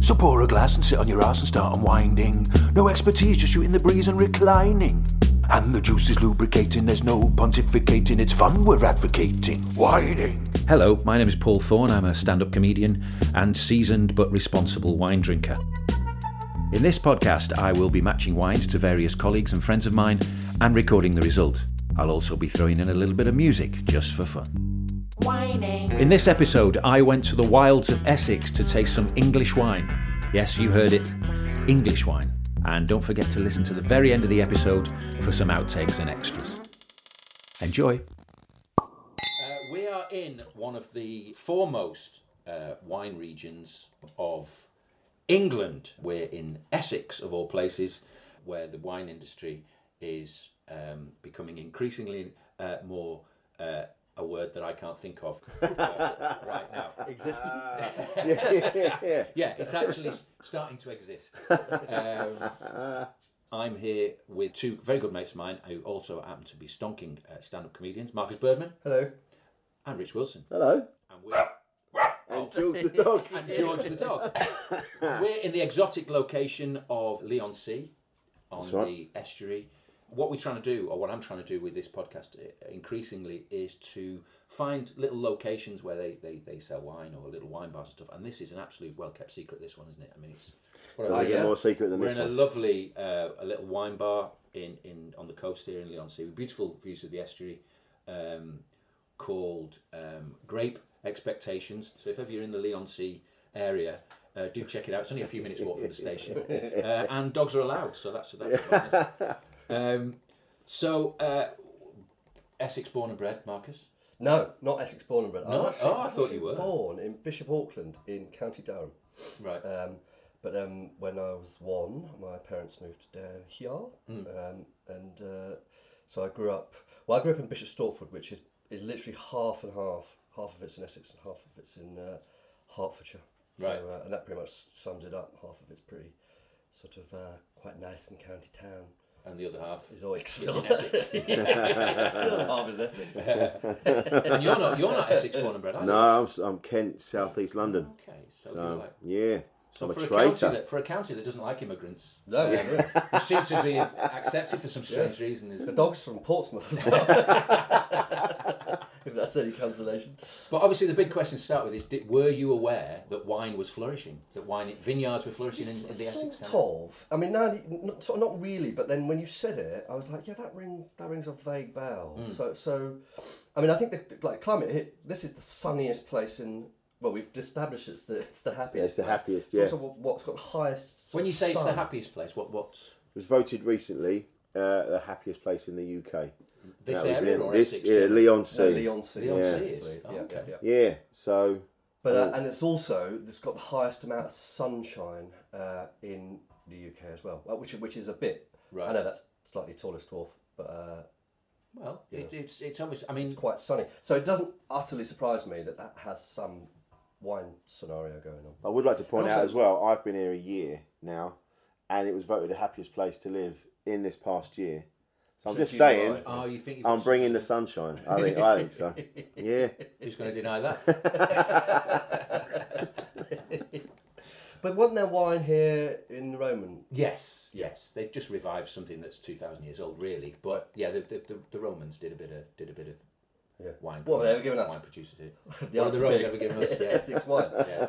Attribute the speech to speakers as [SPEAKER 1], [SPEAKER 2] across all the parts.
[SPEAKER 1] So pour a glass and sit on your ass and start unwinding. No expertise, just shooting the breeze and reclining. And the juice is lubricating, there's no pontificating, it's fun we're advocating. Whining.
[SPEAKER 2] Hello, my name is Paul Thorne. I'm a stand up comedian and seasoned but responsible wine drinker. In this podcast, I will be matching wines to various colleagues and friends of mine and recording the result. I'll also be throwing in a little bit of music just for fun.
[SPEAKER 3] Whining.
[SPEAKER 2] In this episode, I went to the wilds of Essex to taste some English wine. Yes, you heard it English wine. And don't forget to listen to the very end of the episode for some outtakes and extras. Enjoy. Uh, we are in one of the foremost uh, wine regions of England. We're in Essex, of all places, where the wine industry is um, becoming increasingly uh, more uh, a word that I can't think of uh, right now.
[SPEAKER 4] Exist. yeah, yeah, yeah.
[SPEAKER 2] Yeah, it's actually s- starting to exist. Um, I'm here with two very good mates of mine who also happen to be stonking uh, stand up comedians Marcus Birdman
[SPEAKER 4] Hello.
[SPEAKER 2] and Rich Wilson.
[SPEAKER 4] Hello.
[SPEAKER 2] And we're.
[SPEAKER 4] And George the dog.
[SPEAKER 2] Oh. and George the dog. We're in the exotic location of Leon Sea on
[SPEAKER 4] That's
[SPEAKER 2] the
[SPEAKER 4] right.
[SPEAKER 2] estuary. What we're trying to do, or what I'm trying to do with this podcast uh, increasingly, is to find little locations where they, they, they sell wine or little wine bars and stuff. And this is an absolute well kept secret, this one, isn't it? I mean, it's. what have
[SPEAKER 4] Doesn't
[SPEAKER 2] I
[SPEAKER 4] get
[SPEAKER 2] got?
[SPEAKER 4] more secret than
[SPEAKER 2] We're
[SPEAKER 4] this
[SPEAKER 2] in a
[SPEAKER 4] one.
[SPEAKER 2] lovely uh, a little wine bar in, in on the coast here in Leon Sea. with Beautiful views of the estuary, um, called um, Grape Expectations. So if ever you're in the Leon Sea area, uh, do check it out. It's only a few minutes walk from the station, uh, and dogs are allowed. So that's that's a bonus. um, so uh, Essex born and bred, Marcus.
[SPEAKER 5] No, not Essex born and bred.
[SPEAKER 2] No?
[SPEAKER 5] was actually-
[SPEAKER 2] Oh, I thought
[SPEAKER 5] was
[SPEAKER 2] you were.
[SPEAKER 5] Born in Bishop Auckland in County Durham.
[SPEAKER 2] Right. uh,
[SPEAKER 5] Um, but um, when I was one, my parents moved down here,
[SPEAKER 2] Hmm.
[SPEAKER 5] um, and uh, so I grew up. Well, I grew up in Bishop Stortford, which is, is literally half and half. Half of it's in Essex and half of it's in uh, Hertfordshire.
[SPEAKER 2] Right.
[SPEAKER 5] So, uh, and that pretty much sums it up. Half of it's pretty sort of uh, quite nice and county town.
[SPEAKER 2] and the other half
[SPEAKER 5] Is Oixville.
[SPEAKER 2] in Essex.
[SPEAKER 5] half is Essex.
[SPEAKER 2] and you're not you're not Essex born and bred, are
[SPEAKER 4] No, I'm, s- I'm Kent, South East London.
[SPEAKER 2] you? Okay. So, you're
[SPEAKER 4] So,
[SPEAKER 2] like
[SPEAKER 4] yeah.
[SPEAKER 2] So
[SPEAKER 4] I'm a
[SPEAKER 2] for a, county
[SPEAKER 4] traitor.
[SPEAKER 2] that, for a county that doesn't like immigrants,
[SPEAKER 5] No, no.
[SPEAKER 2] who seem to be accepted for some strange reason, is
[SPEAKER 5] The dog's from Portsmouth as well. if that's any consolation.
[SPEAKER 2] but obviously the big question to start with is: did, Were you aware that wine was flourishing? That wine vineyards were flourishing in, in the Essex
[SPEAKER 5] Sort
[SPEAKER 2] county?
[SPEAKER 5] of. I mean, now, not, sort of not really, but then when you said it, I was like, yeah, that ring, that rings a vague bell.
[SPEAKER 2] Hmm.
[SPEAKER 5] So, so, I mean, I think the, like climate. Here, this is the sunniest place in. Well, we've established it's the it's the happiest.
[SPEAKER 4] it's the
[SPEAKER 5] place.
[SPEAKER 4] happiest,
[SPEAKER 5] It's
[SPEAKER 4] yeah.
[SPEAKER 5] also what- what's got the highest. sort
[SPEAKER 2] When you
[SPEAKER 5] of
[SPEAKER 2] say it's the
[SPEAKER 5] sun.
[SPEAKER 2] happiest place, what what's
[SPEAKER 4] It was voted recently uh, the happiest place in the UK.
[SPEAKER 2] this
[SPEAKER 4] That was
[SPEAKER 2] area
[SPEAKER 4] in
[SPEAKER 2] or
[SPEAKER 4] this,
[SPEAKER 2] Essex?
[SPEAKER 4] yeah, Leon Sea.
[SPEAKER 5] No, Leon Sea.
[SPEAKER 2] Leon
[SPEAKER 4] Yeah.
[SPEAKER 2] Sea is. Oh,
[SPEAKER 5] Yeah,
[SPEAKER 2] okay.
[SPEAKER 5] yeah, yeah.
[SPEAKER 4] Yeah, so
[SPEAKER 5] But
[SPEAKER 4] Oh.
[SPEAKER 5] uh, and it's also it's got the highest amount of sunshine uh, in the UK as well, uh, which which is a bit.
[SPEAKER 2] Right.
[SPEAKER 5] I know that's slightly tallest dwarf, but uh,
[SPEAKER 2] Well, it, it's it's obvious. I mean,
[SPEAKER 5] it's quite sunny, so it doesn't utterly surprise me that that has some wine scenario going on.
[SPEAKER 4] I would like to point
[SPEAKER 5] And
[SPEAKER 4] out
[SPEAKER 5] also-
[SPEAKER 4] as well, I've been here a year now, and it was voted the happiest place to live in this past year. So I'm
[SPEAKER 5] So
[SPEAKER 4] just
[SPEAKER 5] you
[SPEAKER 4] saying,
[SPEAKER 5] lied.
[SPEAKER 2] oh, you think you've
[SPEAKER 4] I'm
[SPEAKER 2] got
[SPEAKER 4] bringing the sunshine. I think, I think so. Yeah.
[SPEAKER 2] Who's going to deny that?
[SPEAKER 5] But wasn't there wine here in the Roman?
[SPEAKER 2] yes, yes. They've just revived something that's two thousand years old, really. But yeah, the, the, the, the Romans did a bit of did a bit of
[SPEAKER 5] Yeah.
[SPEAKER 2] wine.
[SPEAKER 5] What were they ever giving us?
[SPEAKER 2] Wine producers here. What
[SPEAKER 5] The
[SPEAKER 2] are the
[SPEAKER 5] ultimate
[SPEAKER 2] Romans ever giving us? Yeah.
[SPEAKER 5] Essex wine.
[SPEAKER 2] yeah,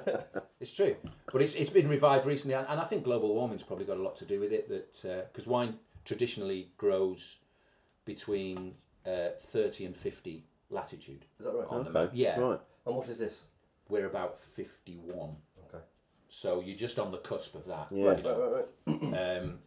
[SPEAKER 2] it's true. But it's, it's been revived recently, and, and I think global warming's probably got a lot to do with it. That because wine traditionally grows between uh, thirty and fifty latitude.
[SPEAKER 5] Is that right?
[SPEAKER 2] On the map.
[SPEAKER 4] Okay.
[SPEAKER 2] Um, Yeah,
[SPEAKER 4] Right.
[SPEAKER 5] And what is this?
[SPEAKER 2] we're about fifty-one,
[SPEAKER 5] Okay.
[SPEAKER 2] so you're just on the cusp of that.
[SPEAKER 4] Yeah.
[SPEAKER 2] you
[SPEAKER 5] Right,
[SPEAKER 2] know.
[SPEAKER 5] right, right.
[SPEAKER 2] Um,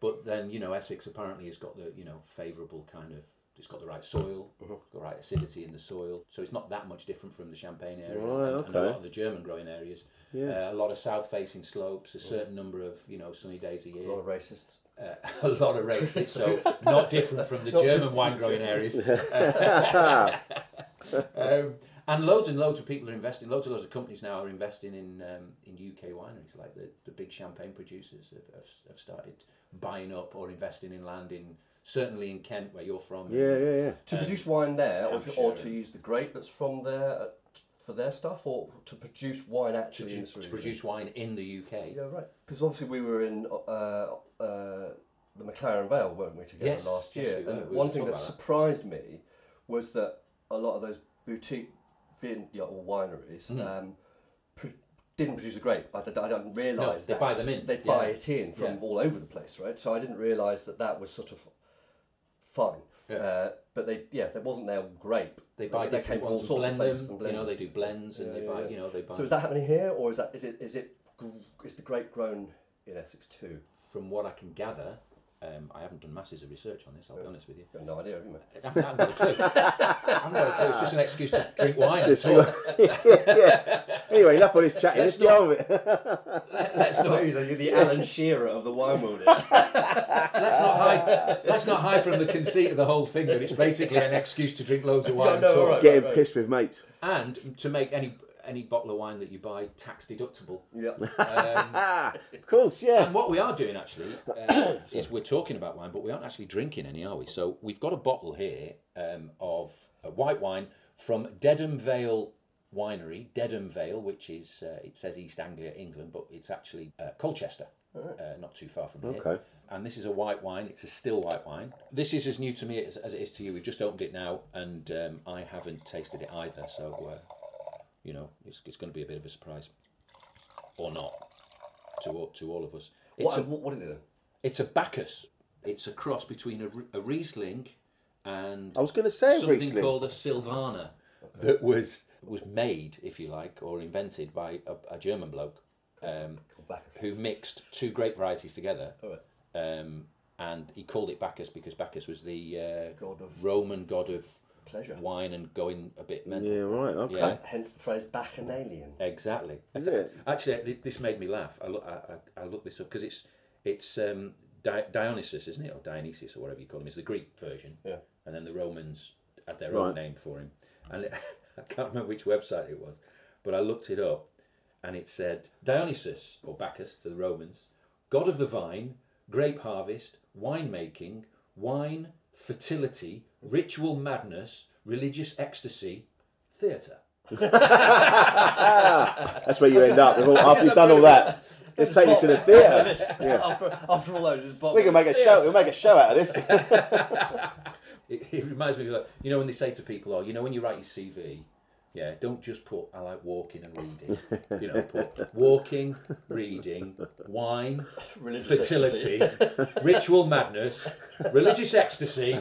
[SPEAKER 2] but then you know Essex apparently has got the you know favourable kind of. It's got the right soil,
[SPEAKER 4] Uh-huh.
[SPEAKER 2] got the right acidity in the soil, so it's not that much different from the Champagne area
[SPEAKER 4] Right,
[SPEAKER 2] and, and a lot
[SPEAKER 4] okay.
[SPEAKER 2] of the German-growing areas.
[SPEAKER 4] Yeah. Uh-huh.
[SPEAKER 2] Uh, a lot of south-facing slopes, a certain number of you know sunny days a
[SPEAKER 5] A
[SPEAKER 2] year,
[SPEAKER 5] lot of racists.
[SPEAKER 2] uh, a lot of races, so not different from the German
[SPEAKER 5] different
[SPEAKER 2] wine-growing areas. um, and loads and loads of people are investing. Loads and loads of companies now are investing in um, in UK wineries. Like the, the big champagne producers have, have, have started buying up or investing in land in certainly in Kent where you're from. Uh,
[SPEAKER 4] Yeah, yeah, yeah.
[SPEAKER 5] To produce wine there, or to, or
[SPEAKER 2] Hampshire.
[SPEAKER 5] to use the grape that's from there at, for their stuff or to produce wine
[SPEAKER 2] to,
[SPEAKER 5] actually in
[SPEAKER 2] ju-
[SPEAKER 5] this
[SPEAKER 2] to
[SPEAKER 5] region?
[SPEAKER 2] produce wine in the UK.
[SPEAKER 5] Yeah, right. Because obviously we were in uh, uh, the McLaren Vale, weren't we, together
[SPEAKER 2] Yes,
[SPEAKER 5] last
[SPEAKER 2] yes,
[SPEAKER 5] year?
[SPEAKER 2] we were.
[SPEAKER 5] and
[SPEAKER 2] We
[SPEAKER 5] one
[SPEAKER 2] were
[SPEAKER 5] thing
[SPEAKER 2] talking
[SPEAKER 5] that
[SPEAKER 2] about that.
[SPEAKER 5] surprised me was that a lot of those boutique vin- yeah, or wineries
[SPEAKER 2] Mm.
[SPEAKER 5] um, pr- didn't produce a grape. I, d- I didn't realise
[SPEAKER 2] they
[SPEAKER 5] that.
[SPEAKER 2] buy them in,
[SPEAKER 5] They buy
[SPEAKER 2] yeah.
[SPEAKER 5] it in from
[SPEAKER 2] Yeah.
[SPEAKER 5] all over the place, right? So I didn't realise that that was sort of fine.
[SPEAKER 2] Yeah.
[SPEAKER 5] Uh, but they, yeah, that wasn't their grape.
[SPEAKER 2] They buy
[SPEAKER 5] they came
[SPEAKER 2] different
[SPEAKER 5] from all
[SPEAKER 2] ones,
[SPEAKER 5] sorts of
[SPEAKER 2] blend
[SPEAKER 5] places.
[SPEAKER 2] them.
[SPEAKER 5] and
[SPEAKER 2] You know, they
[SPEAKER 5] blended.
[SPEAKER 2] do blends and
[SPEAKER 5] Yeah,
[SPEAKER 2] they
[SPEAKER 5] yeah,
[SPEAKER 2] buy.
[SPEAKER 5] yeah.
[SPEAKER 2] You know, they buy.
[SPEAKER 5] So is that happening here, or is that is it is it gr- is the grape grown in Essex too?
[SPEAKER 2] From what I can gather, um, I haven't done masses of research on this. I'll be honest with you.
[SPEAKER 5] Got no idea, haven't we?
[SPEAKER 2] I haven't got a clue. I haven't got a clue. It's just an excuse to drink wine. and
[SPEAKER 4] Just-
[SPEAKER 2] talk.
[SPEAKER 4] Anyway, enough of this chatting. Let's get on with it.
[SPEAKER 2] Let, let's not.
[SPEAKER 5] Maybe the, the Alan Shearer of the wine world.
[SPEAKER 2] Let's not hide. Let's not hide from the conceit of the whole thing that it's basically an excuse to drink loads of wine. and
[SPEAKER 5] no,
[SPEAKER 2] talk.
[SPEAKER 5] all right.
[SPEAKER 4] Getting pissed with mates.
[SPEAKER 2] And to make any any bottle of wine that you buy tax deductible. Um,
[SPEAKER 5] yeah.
[SPEAKER 4] Ah, of course, yeah.
[SPEAKER 2] And what we are doing actually uh, is we're talking about wine, but we aren't actually drinking any, are we? So we've got a bottle here um, of uh, white wine from Dedham Vale Winery, Dedham Vale, which is uh, it says East Anglia, England, but it's actually uh, Colchester, uh, not too far from here.
[SPEAKER 4] Okay.
[SPEAKER 2] And this is a white wine. It's a still white wine. This is as new to me as, as it is to you. We've just opened it now, and um, I haven't tasted it either. So, uh, you know, it's, it's going to be a bit of a surprise, or not, to all, to all of us. It's
[SPEAKER 5] What,
[SPEAKER 2] a-
[SPEAKER 5] what, what is it then?
[SPEAKER 2] it's a Bacchus. It's a cross between a, Ri- a Riesling and
[SPEAKER 4] Oh, I was going to say
[SPEAKER 2] something
[SPEAKER 4] Riesling.
[SPEAKER 2] called a Silvana that was was made, if you like, or invented by a, a German bloke um,
[SPEAKER 5] Bacchus.
[SPEAKER 2] who mixed two grape varieties together.
[SPEAKER 5] All right.
[SPEAKER 2] Um, and he called it Bacchus because Bacchus was the uh,
[SPEAKER 5] God of-
[SPEAKER 2] Roman god of
[SPEAKER 5] Pleasure.
[SPEAKER 2] wine and going a bit mental.
[SPEAKER 4] Yeah, right. Okay.
[SPEAKER 2] Yeah.
[SPEAKER 5] Hence the phrase bacchanalian.
[SPEAKER 2] Exactly.
[SPEAKER 4] Is it?
[SPEAKER 2] Actually, th- this made me laugh. I look, I, I, I looked this up because it's it's um, Di- Dionysus, isn't it, or Dionysius, or whatever you call him, is the Greek version.
[SPEAKER 5] Yeah.
[SPEAKER 2] And then the Romans had their
[SPEAKER 4] Right.
[SPEAKER 2] own name for him, and it, I can't remember which website it was, but I looked it up, and it said Dionysus or Bacchus to the Romans, god of the vine, grape harvest, winemaking, wine, fertility, ritual madness, religious ecstasy, theatre.
[SPEAKER 4] That's where you end up. With all, after you've done all that, let's take you to the theatre. Yeah.
[SPEAKER 5] After, after all those, is Bob.
[SPEAKER 4] We can make a show. We'll make a show out of this.
[SPEAKER 2] It, it reminds me of that. You know when they say to people, "Oh, you know when you write your CV, yeah, don't just put I like walking and reading. You know, put walking, reading, wine,
[SPEAKER 5] Religious
[SPEAKER 2] fertility, ritual madness, religious ecstasy,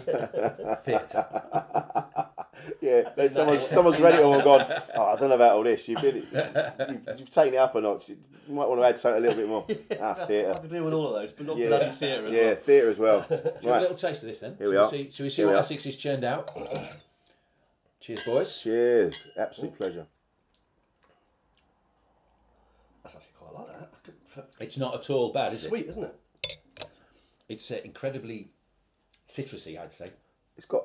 [SPEAKER 2] theatre.
[SPEAKER 4] Yeah, but someone's, someone's read it all and gone, oh, I don't know about all this. You've, been, you've, you've taken it up a notch. You might want to add something a little bit more. Ah,
[SPEAKER 5] I
[SPEAKER 4] theatre.
[SPEAKER 5] can deal with all of those, but not
[SPEAKER 4] Yeah,
[SPEAKER 5] bloody theatre as
[SPEAKER 4] yeah
[SPEAKER 5] well.
[SPEAKER 4] theatre as well.
[SPEAKER 2] Have a
[SPEAKER 4] Right.
[SPEAKER 2] little taste of this then.
[SPEAKER 4] Here we
[SPEAKER 2] shall
[SPEAKER 4] are.
[SPEAKER 2] see, shall we see
[SPEAKER 4] Here we
[SPEAKER 2] what
[SPEAKER 4] are.
[SPEAKER 2] Essex has churned out? Cheers, boys.
[SPEAKER 4] Cheers. Absolute pleasure.
[SPEAKER 5] That's actually quite like that. I could- f-
[SPEAKER 2] It's not at all bad, is it?
[SPEAKER 5] Sweet, isn't it?
[SPEAKER 2] It's uh, incredibly citrusy, I'd say.
[SPEAKER 4] It's got,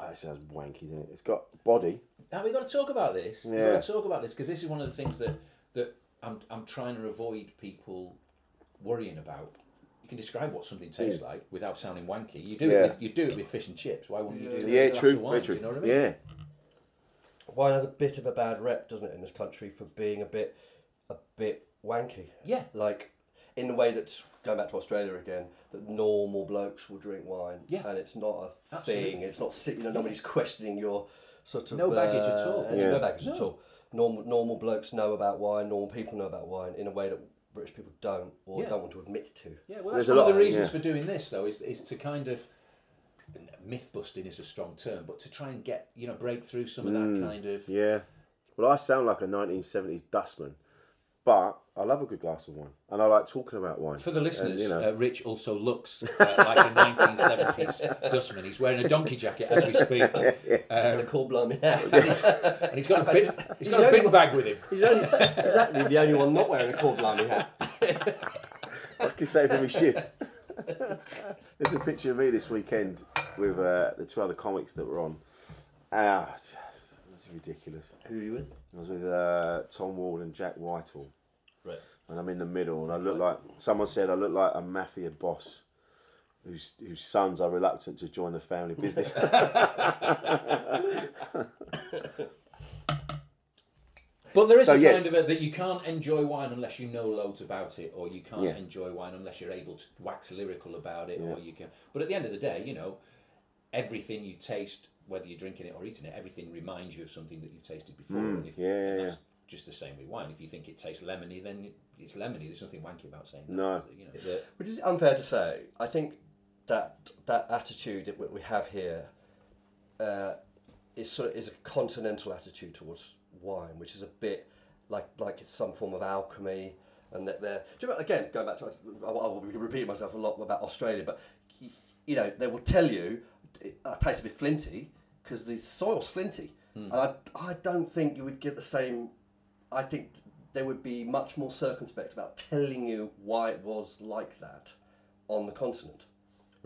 [SPEAKER 4] oh, it sounds wanky, doesn't it? It's got body.
[SPEAKER 2] Now we've got to talk about this. We've
[SPEAKER 4] Yeah.
[SPEAKER 2] got to talk about this because this is one of the things that that I'm I'm trying to avoid people worrying about. You can describe what something tastes like without sounding wanky. You do
[SPEAKER 4] Yeah.
[SPEAKER 2] it with, you do it with fish and chips. Why wouldn't you do it?
[SPEAKER 4] Yeah,
[SPEAKER 2] with a glass
[SPEAKER 4] true.
[SPEAKER 2] of wine?
[SPEAKER 4] Very
[SPEAKER 2] Do
[SPEAKER 4] true.
[SPEAKER 2] You know what I mean?
[SPEAKER 4] Yeah.
[SPEAKER 5] Wine has a bit of a bad rep, doesn't it, in this country for being a bit, a bit wanky.
[SPEAKER 2] Yeah.
[SPEAKER 5] Like, in the way that going back to Australia again, that normal blokes will drink wine.
[SPEAKER 2] Yeah.
[SPEAKER 5] And it's not a
[SPEAKER 2] Absolutely.
[SPEAKER 5] thing. It's not si- you know nobody's questioning your sort of
[SPEAKER 2] No baggage at
[SPEAKER 5] uh,
[SPEAKER 2] all.
[SPEAKER 5] any-
[SPEAKER 4] Yeah.
[SPEAKER 5] No baggage at all. Normal normal blokes know about wine. Normal people know about wine in a way that British people don't or
[SPEAKER 2] Yeah.
[SPEAKER 5] don't want to admit to.
[SPEAKER 2] Yeah, well,
[SPEAKER 4] There's
[SPEAKER 2] that's
[SPEAKER 4] a
[SPEAKER 2] one of
[SPEAKER 4] lot
[SPEAKER 2] the
[SPEAKER 4] of-
[SPEAKER 2] reasons
[SPEAKER 4] yeah.
[SPEAKER 2] for doing this, though, is, is to kind of myth busting is a strong term, but to try and get you know break through some of that kind of
[SPEAKER 4] Mm. Yeah. Well, I sound like a 1970s dustman, but I love a good glass of wine. And I like talking about wine.
[SPEAKER 2] For the
[SPEAKER 4] And,
[SPEAKER 2] listeners,
[SPEAKER 4] you know,
[SPEAKER 2] uh, Rich also looks uh, like a 1970s dustman. He's wearing a donkey jacket as we speak,
[SPEAKER 5] and a cool blonde.
[SPEAKER 2] and he's, and he's got a bin, he's got a bin bag with him.
[SPEAKER 5] He's, only, he's actually the only one not wearing a cool blimey hat.
[SPEAKER 4] I can say from his shift. There's a picture of me this weekend with uh, the two other comics that were on. Ah, just, it's ridiculous.
[SPEAKER 5] Who are you with?
[SPEAKER 4] I was with uh, Tom Ward and Jack Whitehall,
[SPEAKER 5] Right.
[SPEAKER 4] and I'm in the middle, and I look like someone said I look like a mafia boss. Whose, whose sons are reluctant to join the family business.
[SPEAKER 2] But there is
[SPEAKER 4] So,
[SPEAKER 2] a
[SPEAKER 4] yeah.
[SPEAKER 2] kind of a, that you can't enjoy wine unless you know loads about it, or you can't
[SPEAKER 4] Yeah.
[SPEAKER 2] enjoy wine unless you're able to wax lyrical about it, or you can. But at the end of the day, you know, everything you taste, whether you're drinking it or eating it, everything reminds you of something that you've tasted before. and if,
[SPEAKER 4] Mm, yeah, yeah,
[SPEAKER 2] and
[SPEAKER 4] yeah.
[SPEAKER 2] that's just the same with wine. If you think it tastes lemony, then it's lemony. There's nothing wanky about saying that.
[SPEAKER 4] No.
[SPEAKER 2] is there? You know, the-
[SPEAKER 5] Which is unfair to say. I think that that attitude that we- we have here uh, is sort of, is a continental attitude towards wine, which is a bit like like it's some form of alchemy, and that they're do you remember, again going back to I, I will be repeating myself a lot about Australia, but y- you know they will tell you it, it tastes a bit flinty because the soil's flinty, and I I don't think you would get the same. I think they would be much more circumspect about telling you why it was like that on the continent.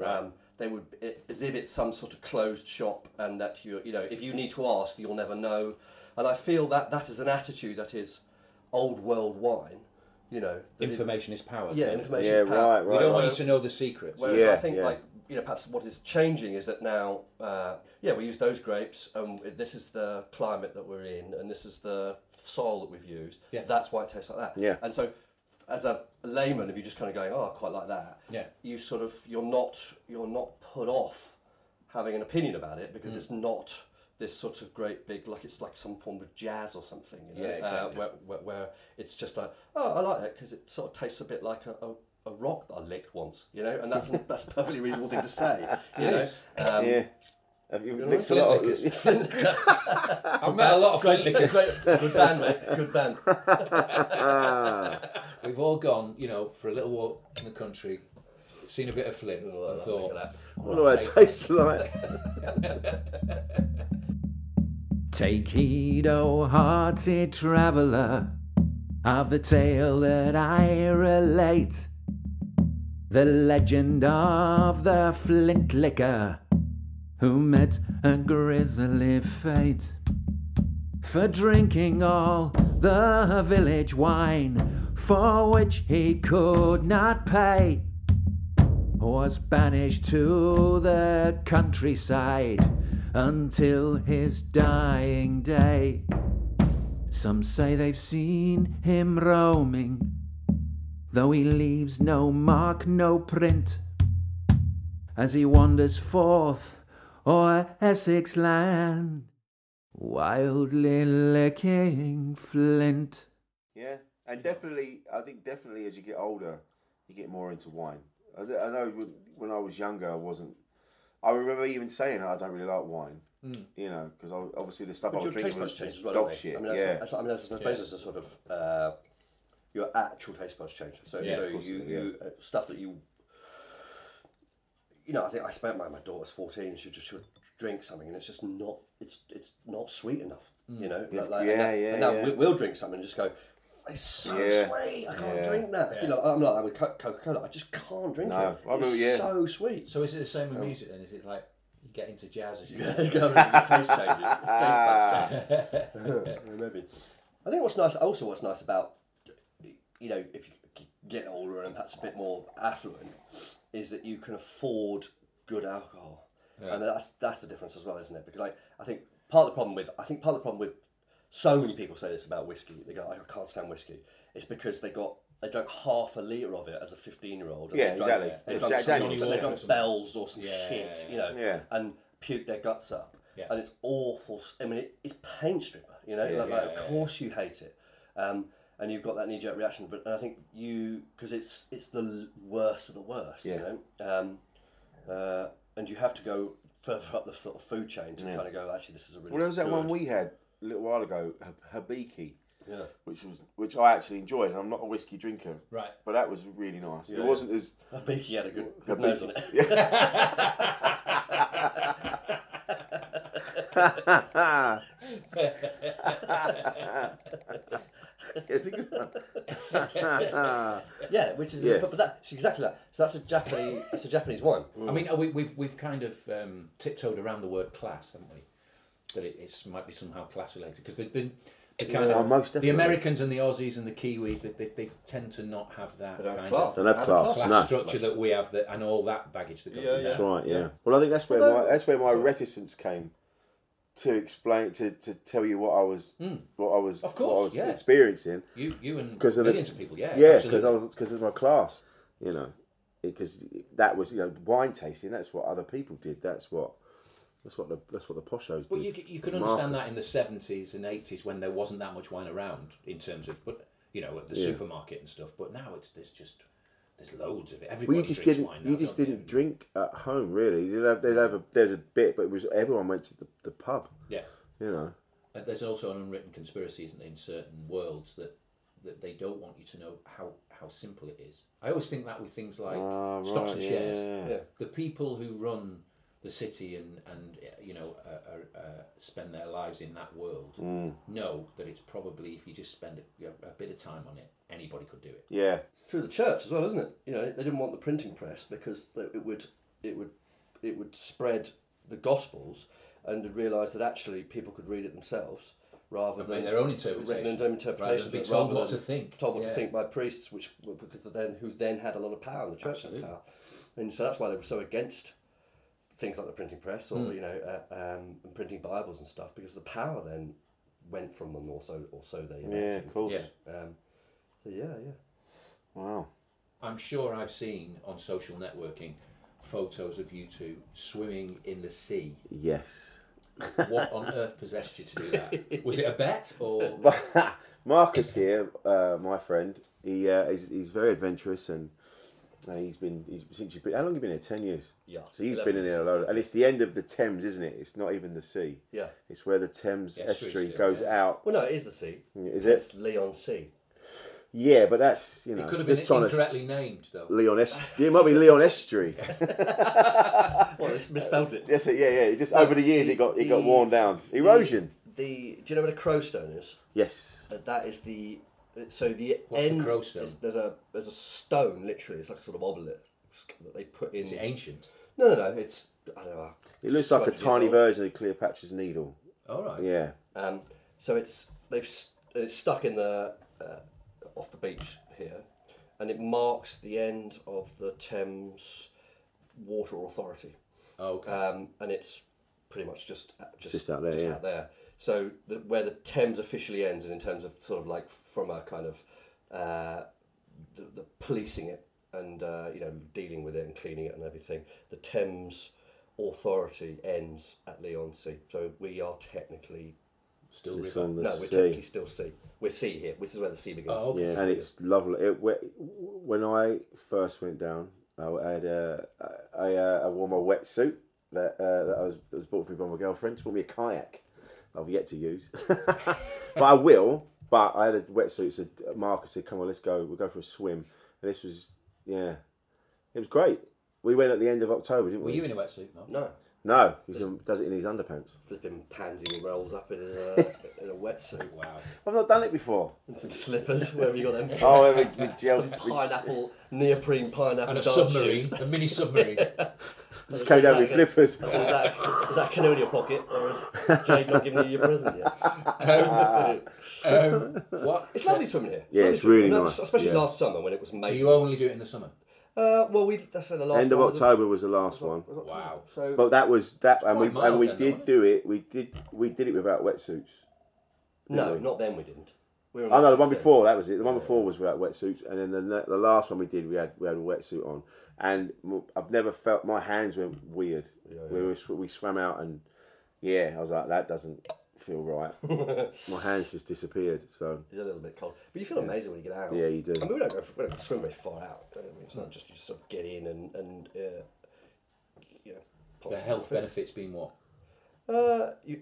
[SPEAKER 5] Um, they would it, as if it's some sort of closed shop, and that you you know if you need to ask, you'll never know. And I feel that that is an attitude that is old world wine. You know, that is-
[SPEAKER 2] information is power.
[SPEAKER 5] yeah,
[SPEAKER 2] kind of.
[SPEAKER 5] information.
[SPEAKER 4] Yeah,
[SPEAKER 5] is power.
[SPEAKER 4] right,
[SPEAKER 2] We
[SPEAKER 4] right.
[SPEAKER 2] don't want
[SPEAKER 4] right.
[SPEAKER 2] you to know the secrets.
[SPEAKER 5] Whereas I
[SPEAKER 4] Yeah,
[SPEAKER 5] think
[SPEAKER 4] yeah.
[SPEAKER 5] like you know perhaps what is changing is that now uh, yeah we use those grapes and this is the climate that we're in and this is the soil that we've used.
[SPEAKER 2] Yeah.
[SPEAKER 5] That's why it tastes like that.
[SPEAKER 4] Yeah.
[SPEAKER 5] And so as a layman, if you're just kind of going oh I quite like that.
[SPEAKER 2] Yeah.
[SPEAKER 5] You sort of you're not you're not put off having an opinion about it
[SPEAKER 2] Mm.
[SPEAKER 5] because it's not this sort of great big like it's like some form of jazz or something you know,
[SPEAKER 2] Yeah,
[SPEAKER 5] uh,
[SPEAKER 2] exactly.
[SPEAKER 5] where, where, where it's just like oh I like that because it sort of tastes a bit like a, a, a rock that I licked once you know and that's that's a perfectly reasonable thing to say you know
[SPEAKER 2] Yes.
[SPEAKER 5] um,
[SPEAKER 4] yeah. Have you
[SPEAKER 5] know,
[SPEAKER 4] licked a lot? Of,
[SPEAKER 2] Flintlickers. I've met a lot of
[SPEAKER 5] great,
[SPEAKER 2] flintlickers.
[SPEAKER 5] great- good band mate good band
[SPEAKER 4] Ah.
[SPEAKER 2] We've all gone, you know, for a little walk in the country, seen a bit of Flint, and thought,
[SPEAKER 4] what do I taste like?
[SPEAKER 2] Take heed, O hearted traveller, of the tale that I relate. The legend of the Flintlicker, who met a grisly fate. For drinking all the village wine, for which he could not pay was banished to the countryside until his dying day. Some say they've seen him roaming, though he leaves no mark, no print, as he wanders forth o'er Essex land, wildly licking flint.
[SPEAKER 4] Yeah, and definitely, I think definitely as you get older, you get more into wine. I, I know when- when I was younger, I wasn't. I remember even saying I don't really like wine. You know, because obviously the stuff I
[SPEAKER 5] Hmm. But
[SPEAKER 4] was
[SPEAKER 5] your taste
[SPEAKER 4] drinking
[SPEAKER 5] buds
[SPEAKER 4] was
[SPEAKER 5] change as
[SPEAKER 4] just
[SPEAKER 5] well,
[SPEAKER 4] dog
[SPEAKER 5] don't they?
[SPEAKER 4] shit.
[SPEAKER 5] I mean, that's,
[SPEAKER 4] yeah,
[SPEAKER 5] that's, I mean, that's, I suppose it's a sort of uh, your actual taste buds change. So,
[SPEAKER 2] Yeah,
[SPEAKER 5] so
[SPEAKER 2] of
[SPEAKER 5] you,
[SPEAKER 2] course,
[SPEAKER 5] you uh, stuff that you, you know, I think I spent my my daughter's fourteen. She just should drink something, and it's just not it's it's not sweet enough. You know, like, like,
[SPEAKER 4] Mm. Yeah,
[SPEAKER 5] and now,
[SPEAKER 4] yeah,
[SPEAKER 5] And now
[SPEAKER 4] yeah.
[SPEAKER 5] we- we'll drink something and just go. It's so
[SPEAKER 4] Yeah.
[SPEAKER 5] sweet. I can't
[SPEAKER 4] Yeah.
[SPEAKER 5] drink that. You know, I'm like that with Coca Cola. I just can't drink
[SPEAKER 4] No,
[SPEAKER 5] it.
[SPEAKER 4] I remember,
[SPEAKER 5] it's
[SPEAKER 4] yeah.
[SPEAKER 5] so sweet.
[SPEAKER 2] So is it the same with music then? Is it like you get into jazz as you
[SPEAKER 5] Your taste changes. Your Taste buds change. Yeah, maybe. I think what's nice, also what's nice about, you know, if you g- get older and perhaps a bit more affluent, is that you can afford good alcohol, and that's that's the difference as well, isn't it? Because like I think part of the problem with I think part of the problem with so many people say this about whiskey. They go, I can't stand whiskey. It's because they got they drank half a liter of it as a fifteen year old.
[SPEAKER 4] Yeah, exactly.
[SPEAKER 5] They
[SPEAKER 4] Yeah,
[SPEAKER 5] drank,
[SPEAKER 4] Jack
[SPEAKER 5] some-
[SPEAKER 4] Daniels,
[SPEAKER 5] they
[SPEAKER 2] yeah.
[SPEAKER 5] drank bells or some
[SPEAKER 2] Yeah,
[SPEAKER 5] shit,
[SPEAKER 2] yeah,
[SPEAKER 5] you know,
[SPEAKER 4] yeah.
[SPEAKER 5] and puke their guts up.
[SPEAKER 2] Yeah.
[SPEAKER 5] And it's awful. s- I mean, it, it's paint stripper, you know. like,
[SPEAKER 2] yeah,
[SPEAKER 5] like,
[SPEAKER 2] yeah,
[SPEAKER 5] of course you hate it, um, and you've got that knee jerk reaction. But I think you because it's it's the l- worst of the worst,
[SPEAKER 4] Yeah.
[SPEAKER 5] you know. Um, uh, and you have to go further up the sort of food chain to kind of go. Actually, this is a really.
[SPEAKER 4] Well, there was that
[SPEAKER 5] good-
[SPEAKER 4] one we had a little while ago, Hab- Habiki,
[SPEAKER 5] Yeah.
[SPEAKER 4] which was which I actually enjoyed. and I'm not a whiskey drinker,
[SPEAKER 2] Right.
[SPEAKER 4] but that was really nice.
[SPEAKER 5] Yeah.
[SPEAKER 4] it wasn't as
[SPEAKER 5] Beaky had a good,
[SPEAKER 4] The
[SPEAKER 5] good nose on
[SPEAKER 4] Beaky.
[SPEAKER 5] it.
[SPEAKER 2] Ah.
[SPEAKER 4] it's a good one.
[SPEAKER 5] Yeah, which is
[SPEAKER 4] Yeah.
[SPEAKER 5] But, but that's exactly that. So that's a Japanese. that's a Japanese wine.
[SPEAKER 4] Mm.
[SPEAKER 2] I mean, uh, we, we've we've kind of um, tiptoed around the word class, haven't we? That it it's, might be somehow class related because they've been the kind
[SPEAKER 4] Yeah,
[SPEAKER 2] of
[SPEAKER 4] most
[SPEAKER 2] the
[SPEAKER 4] definitely.
[SPEAKER 2] Americans and the Aussies and the Kiwis they, they, they tend to not have that kind of
[SPEAKER 5] class.
[SPEAKER 4] Don't have class.
[SPEAKER 2] class
[SPEAKER 4] No.
[SPEAKER 2] structure that we have that and all that baggage that goes
[SPEAKER 5] Yeah,
[SPEAKER 2] with
[SPEAKER 5] yeah.
[SPEAKER 2] that.
[SPEAKER 4] That's right. Yeah. Well, I think that's where
[SPEAKER 5] Although-
[SPEAKER 4] my that's where my reticence came to explain to, to tell you what I was what I was
[SPEAKER 2] Hmm. Of
[SPEAKER 4] what I
[SPEAKER 2] course,
[SPEAKER 4] was
[SPEAKER 2] yeah.
[SPEAKER 4] experiencing
[SPEAKER 2] You, you and
[SPEAKER 4] because of the-
[SPEAKER 2] millions of people, yeah.
[SPEAKER 4] yeah because
[SPEAKER 2] absolutely.
[SPEAKER 4] I was because of my class you know because that was you know wine tasting that's what other people did that's what that's what the that's what the poshos
[SPEAKER 2] Well,
[SPEAKER 4] did
[SPEAKER 2] you, c- you could understand that in the seventies and eighties when there wasn't that much wine around in terms of, but you know, at the supermarket and stuff. But now it's there's just there's loads of it. Everybody
[SPEAKER 4] well, you just
[SPEAKER 2] drinks
[SPEAKER 4] didn't
[SPEAKER 2] wine now,
[SPEAKER 4] you just
[SPEAKER 2] don't
[SPEAKER 4] didn't drink at home really you'd have, they'd have a there's a bit but it was everyone went to the, the pub
[SPEAKER 2] Yeah,
[SPEAKER 4] you know
[SPEAKER 2] but there's also an unwritten conspiracy, isn't there, in certain worlds that that they don't want you to know how how simple it is. I always think that with things like
[SPEAKER 4] Ah,
[SPEAKER 2] stocks and
[SPEAKER 4] right,
[SPEAKER 2] shares.
[SPEAKER 4] yeah.
[SPEAKER 5] Yeah.
[SPEAKER 2] the people who run the city and and uh, you know uh, uh, uh, spend their lives in that world
[SPEAKER 4] Hmm.
[SPEAKER 2] know that it's probably if you just spend a, you know, a bit of time on it, anybody could do it.
[SPEAKER 4] yeah
[SPEAKER 5] through the church as well, isn't it? You know, they didn't want the printing press because they- it would, it would, it would spread the gospels, and they'd realise that actually people could read it themselves rather
[SPEAKER 2] Make
[SPEAKER 5] than
[SPEAKER 2] their own
[SPEAKER 5] written
[SPEAKER 2] interpretation.
[SPEAKER 5] and own interpretation.
[SPEAKER 2] Rather than be
[SPEAKER 5] of it,
[SPEAKER 2] told
[SPEAKER 5] rather
[SPEAKER 2] what
[SPEAKER 5] than
[SPEAKER 2] to think.
[SPEAKER 5] Told what
[SPEAKER 2] Yeah.
[SPEAKER 5] to think by priests, which because then who then had a lot of power in the church had
[SPEAKER 2] Absolutely.
[SPEAKER 5] power, and so that's why they were so against things like the printing press or
[SPEAKER 2] Hmm.
[SPEAKER 5] you know uh, um, and printing Bibles and stuff because the power then went from them or so or so they
[SPEAKER 4] yeah
[SPEAKER 5] imagined.
[SPEAKER 4] of course
[SPEAKER 2] Yeah.
[SPEAKER 5] Um, so yeah, yeah.
[SPEAKER 4] wow
[SPEAKER 2] I'm sure I've seen on social networking photos of you two swimming in the sea.
[SPEAKER 4] yes
[SPEAKER 2] What on earth possessed you to do that? Was it a bet or
[SPEAKER 4] But Marcus here, uh, my friend, he uh, he's, he's very adventurous and and he's been he's, since you've been how long you been here? Ten years.
[SPEAKER 5] Yeah,
[SPEAKER 4] So you've
[SPEAKER 5] 11
[SPEAKER 4] been in here a lot, and it's the end of the Thames, isn't it? It's not even the sea.
[SPEAKER 5] Yeah.
[SPEAKER 4] It's where the Thames
[SPEAKER 2] Yeah, it's
[SPEAKER 4] estuary
[SPEAKER 2] true,
[SPEAKER 4] goes
[SPEAKER 2] yeah.
[SPEAKER 4] out.
[SPEAKER 5] Well, no, it is the sea.
[SPEAKER 4] Is it?
[SPEAKER 5] It's Leon C.
[SPEAKER 4] Yeah, but that's you know
[SPEAKER 2] it could have been
[SPEAKER 4] just trying
[SPEAKER 2] incorrectly named
[SPEAKER 4] to
[SPEAKER 2] though?
[SPEAKER 4] Leon Est. It might be Leon Estuary.
[SPEAKER 5] Well, it's misspelled it.
[SPEAKER 4] That's it. Yeah, yeah. It Just over the years, it got it got worn down. Erosion.
[SPEAKER 5] The do you know what a crowstone is?
[SPEAKER 4] Yes.
[SPEAKER 5] Uh, That is the uh, so the
[SPEAKER 2] What's a
[SPEAKER 5] end.
[SPEAKER 2] crowstone?
[SPEAKER 5] is- there's a there's a stone literally. It's like a sort of obelisk that they put in.
[SPEAKER 2] Is it
[SPEAKER 4] Mm.
[SPEAKER 2] ancient?
[SPEAKER 5] No, no, no. It's I don't know.
[SPEAKER 4] It looks like
[SPEAKER 5] 200
[SPEAKER 4] a
[SPEAKER 5] years
[SPEAKER 4] tiny
[SPEAKER 5] old.
[SPEAKER 4] version of Cleopatra's Needle.
[SPEAKER 2] All right.
[SPEAKER 4] Yeah.
[SPEAKER 5] Um, so it's they've s- it's stuck in the uh, off the beach here, and it marks the end of the Thames Water Authority.
[SPEAKER 2] Oh, Okay.
[SPEAKER 5] um, and it's pretty much just just,
[SPEAKER 4] Just out there, yeah.
[SPEAKER 5] out there. So the, where the Thames officially ends, and in terms of sort of like from a kind of uh, the, the policing it and uh, you know dealing with it and cleaning it and everything, the Thames authority ends at Leon Sea. So we are technically
[SPEAKER 2] Still
[SPEAKER 4] It's
[SPEAKER 2] river.
[SPEAKER 4] on the
[SPEAKER 5] no, we're
[SPEAKER 4] sea.
[SPEAKER 5] technically still sea. We're sea here. This is where the sea begins.
[SPEAKER 2] Oh, okay.
[SPEAKER 4] Yeah, and it's lovely. It, wh- when I first went down, I had uh, I, I, uh, I wore my wetsuit that uh, that I was, that was bought for me by my girlfriend. She bought me a kayak. I've yet to use, but I will. But I had a wetsuit. So uh, Marcus said, "Come on, let's go. We'll go for a swim." And this was yeah, it was great. We went at the end of October, didn't
[SPEAKER 2] Were
[SPEAKER 4] we?
[SPEAKER 2] you in a wetsuit? No.
[SPEAKER 5] No,
[SPEAKER 4] no, he does it in his underpants.
[SPEAKER 5] flipping pansy rolls up in a, in a wetsuit
[SPEAKER 2] Wow.
[SPEAKER 4] I've not done it before.
[SPEAKER 5] and some slippers. Wherever you got them.
[SPEAKER 4] Oh, and we, we gel,
[SPEAKER 5] some pineapple, neoprene pineapple
[SPEAKER 2] And a
[SPEAKER 5] dance
[SPEAKER 2] submarine,
[SPEAKER 5] shoes.
[SPEAKER 2] a mini submarine.
[SPEAKER 4] just came down with
[SPEAKER 5] Is that-
[SPEAKER 4] flippers.
[SPEAKER 5] Is that, is that canoe in your pocket, or is Jade not giving you your present yet?
[SPEAKER 2] Um, what?
[SPEAKER 5] it's lovely swimming here.
[SPEAKER 4] Yeah,
[SPEAKER 5] lovely
[SPEAKER 4] it's really
[SPEAKER 5] swimming. And
[SPEAKER 4] nice,
[SPEAKER 5] Especially
[SPEAKER 4] yeah.
[SPEAKER 5] last summer when it was
[SPEAKER 2] Do
[SPEAKER 5] amazing.
[SPEAKER 2] you only do it in the summer?
[SPEAKER 5] uh, well, we that's the last
[SPEAKER 4] End of
[SPEAKER 5] one was-
[SPEAKER 4] October was the last one.
[SPEAKER 5] was October.
[SPEAKER 2] Wow.
[SPEAKER 5] So
[SPEAKER 4] But that was that, and we
[SPEAKER 2] quite mild
[SPEAKER 4] and we
[SPEAKER 2] then, though,
[SPEAKER 4] did
[SPEAKER 2] wasn't
[SPEAKER 4] do it. We did we did it without wetsuits.
[SPEAKER 5] no, not then we didn't. We were
[SPEAKER 4] Oh no, the one
[SPEAKER 5] so-
[SPEAKER 4] before that was it. The one before was without wetsuits, and then the ne- the last one we did, we had we had a wetsuit on, and m- I've never felt my hands were weird. We were, sw- we swam out, and yeah, I was like that doesn't feel right. my hands just disappeared. So
[SPEAKER 5] It's a little bit cold, but you feel amazing when you get out.
[SPEAKER 4] yeah, you do.
[SPEAKER 5] I mean, we don't go. For, we don't swim very far out. don't we? It's not just you sort of get in and and uh, you know.
[SPEAKER 2] The
[SPEAKER 5] possibly
[SPEAKER 2] health
[SPEAKER 5] fit.
[SPEAKER 2] benefits being what?
[SPEAKER 5] Uh, you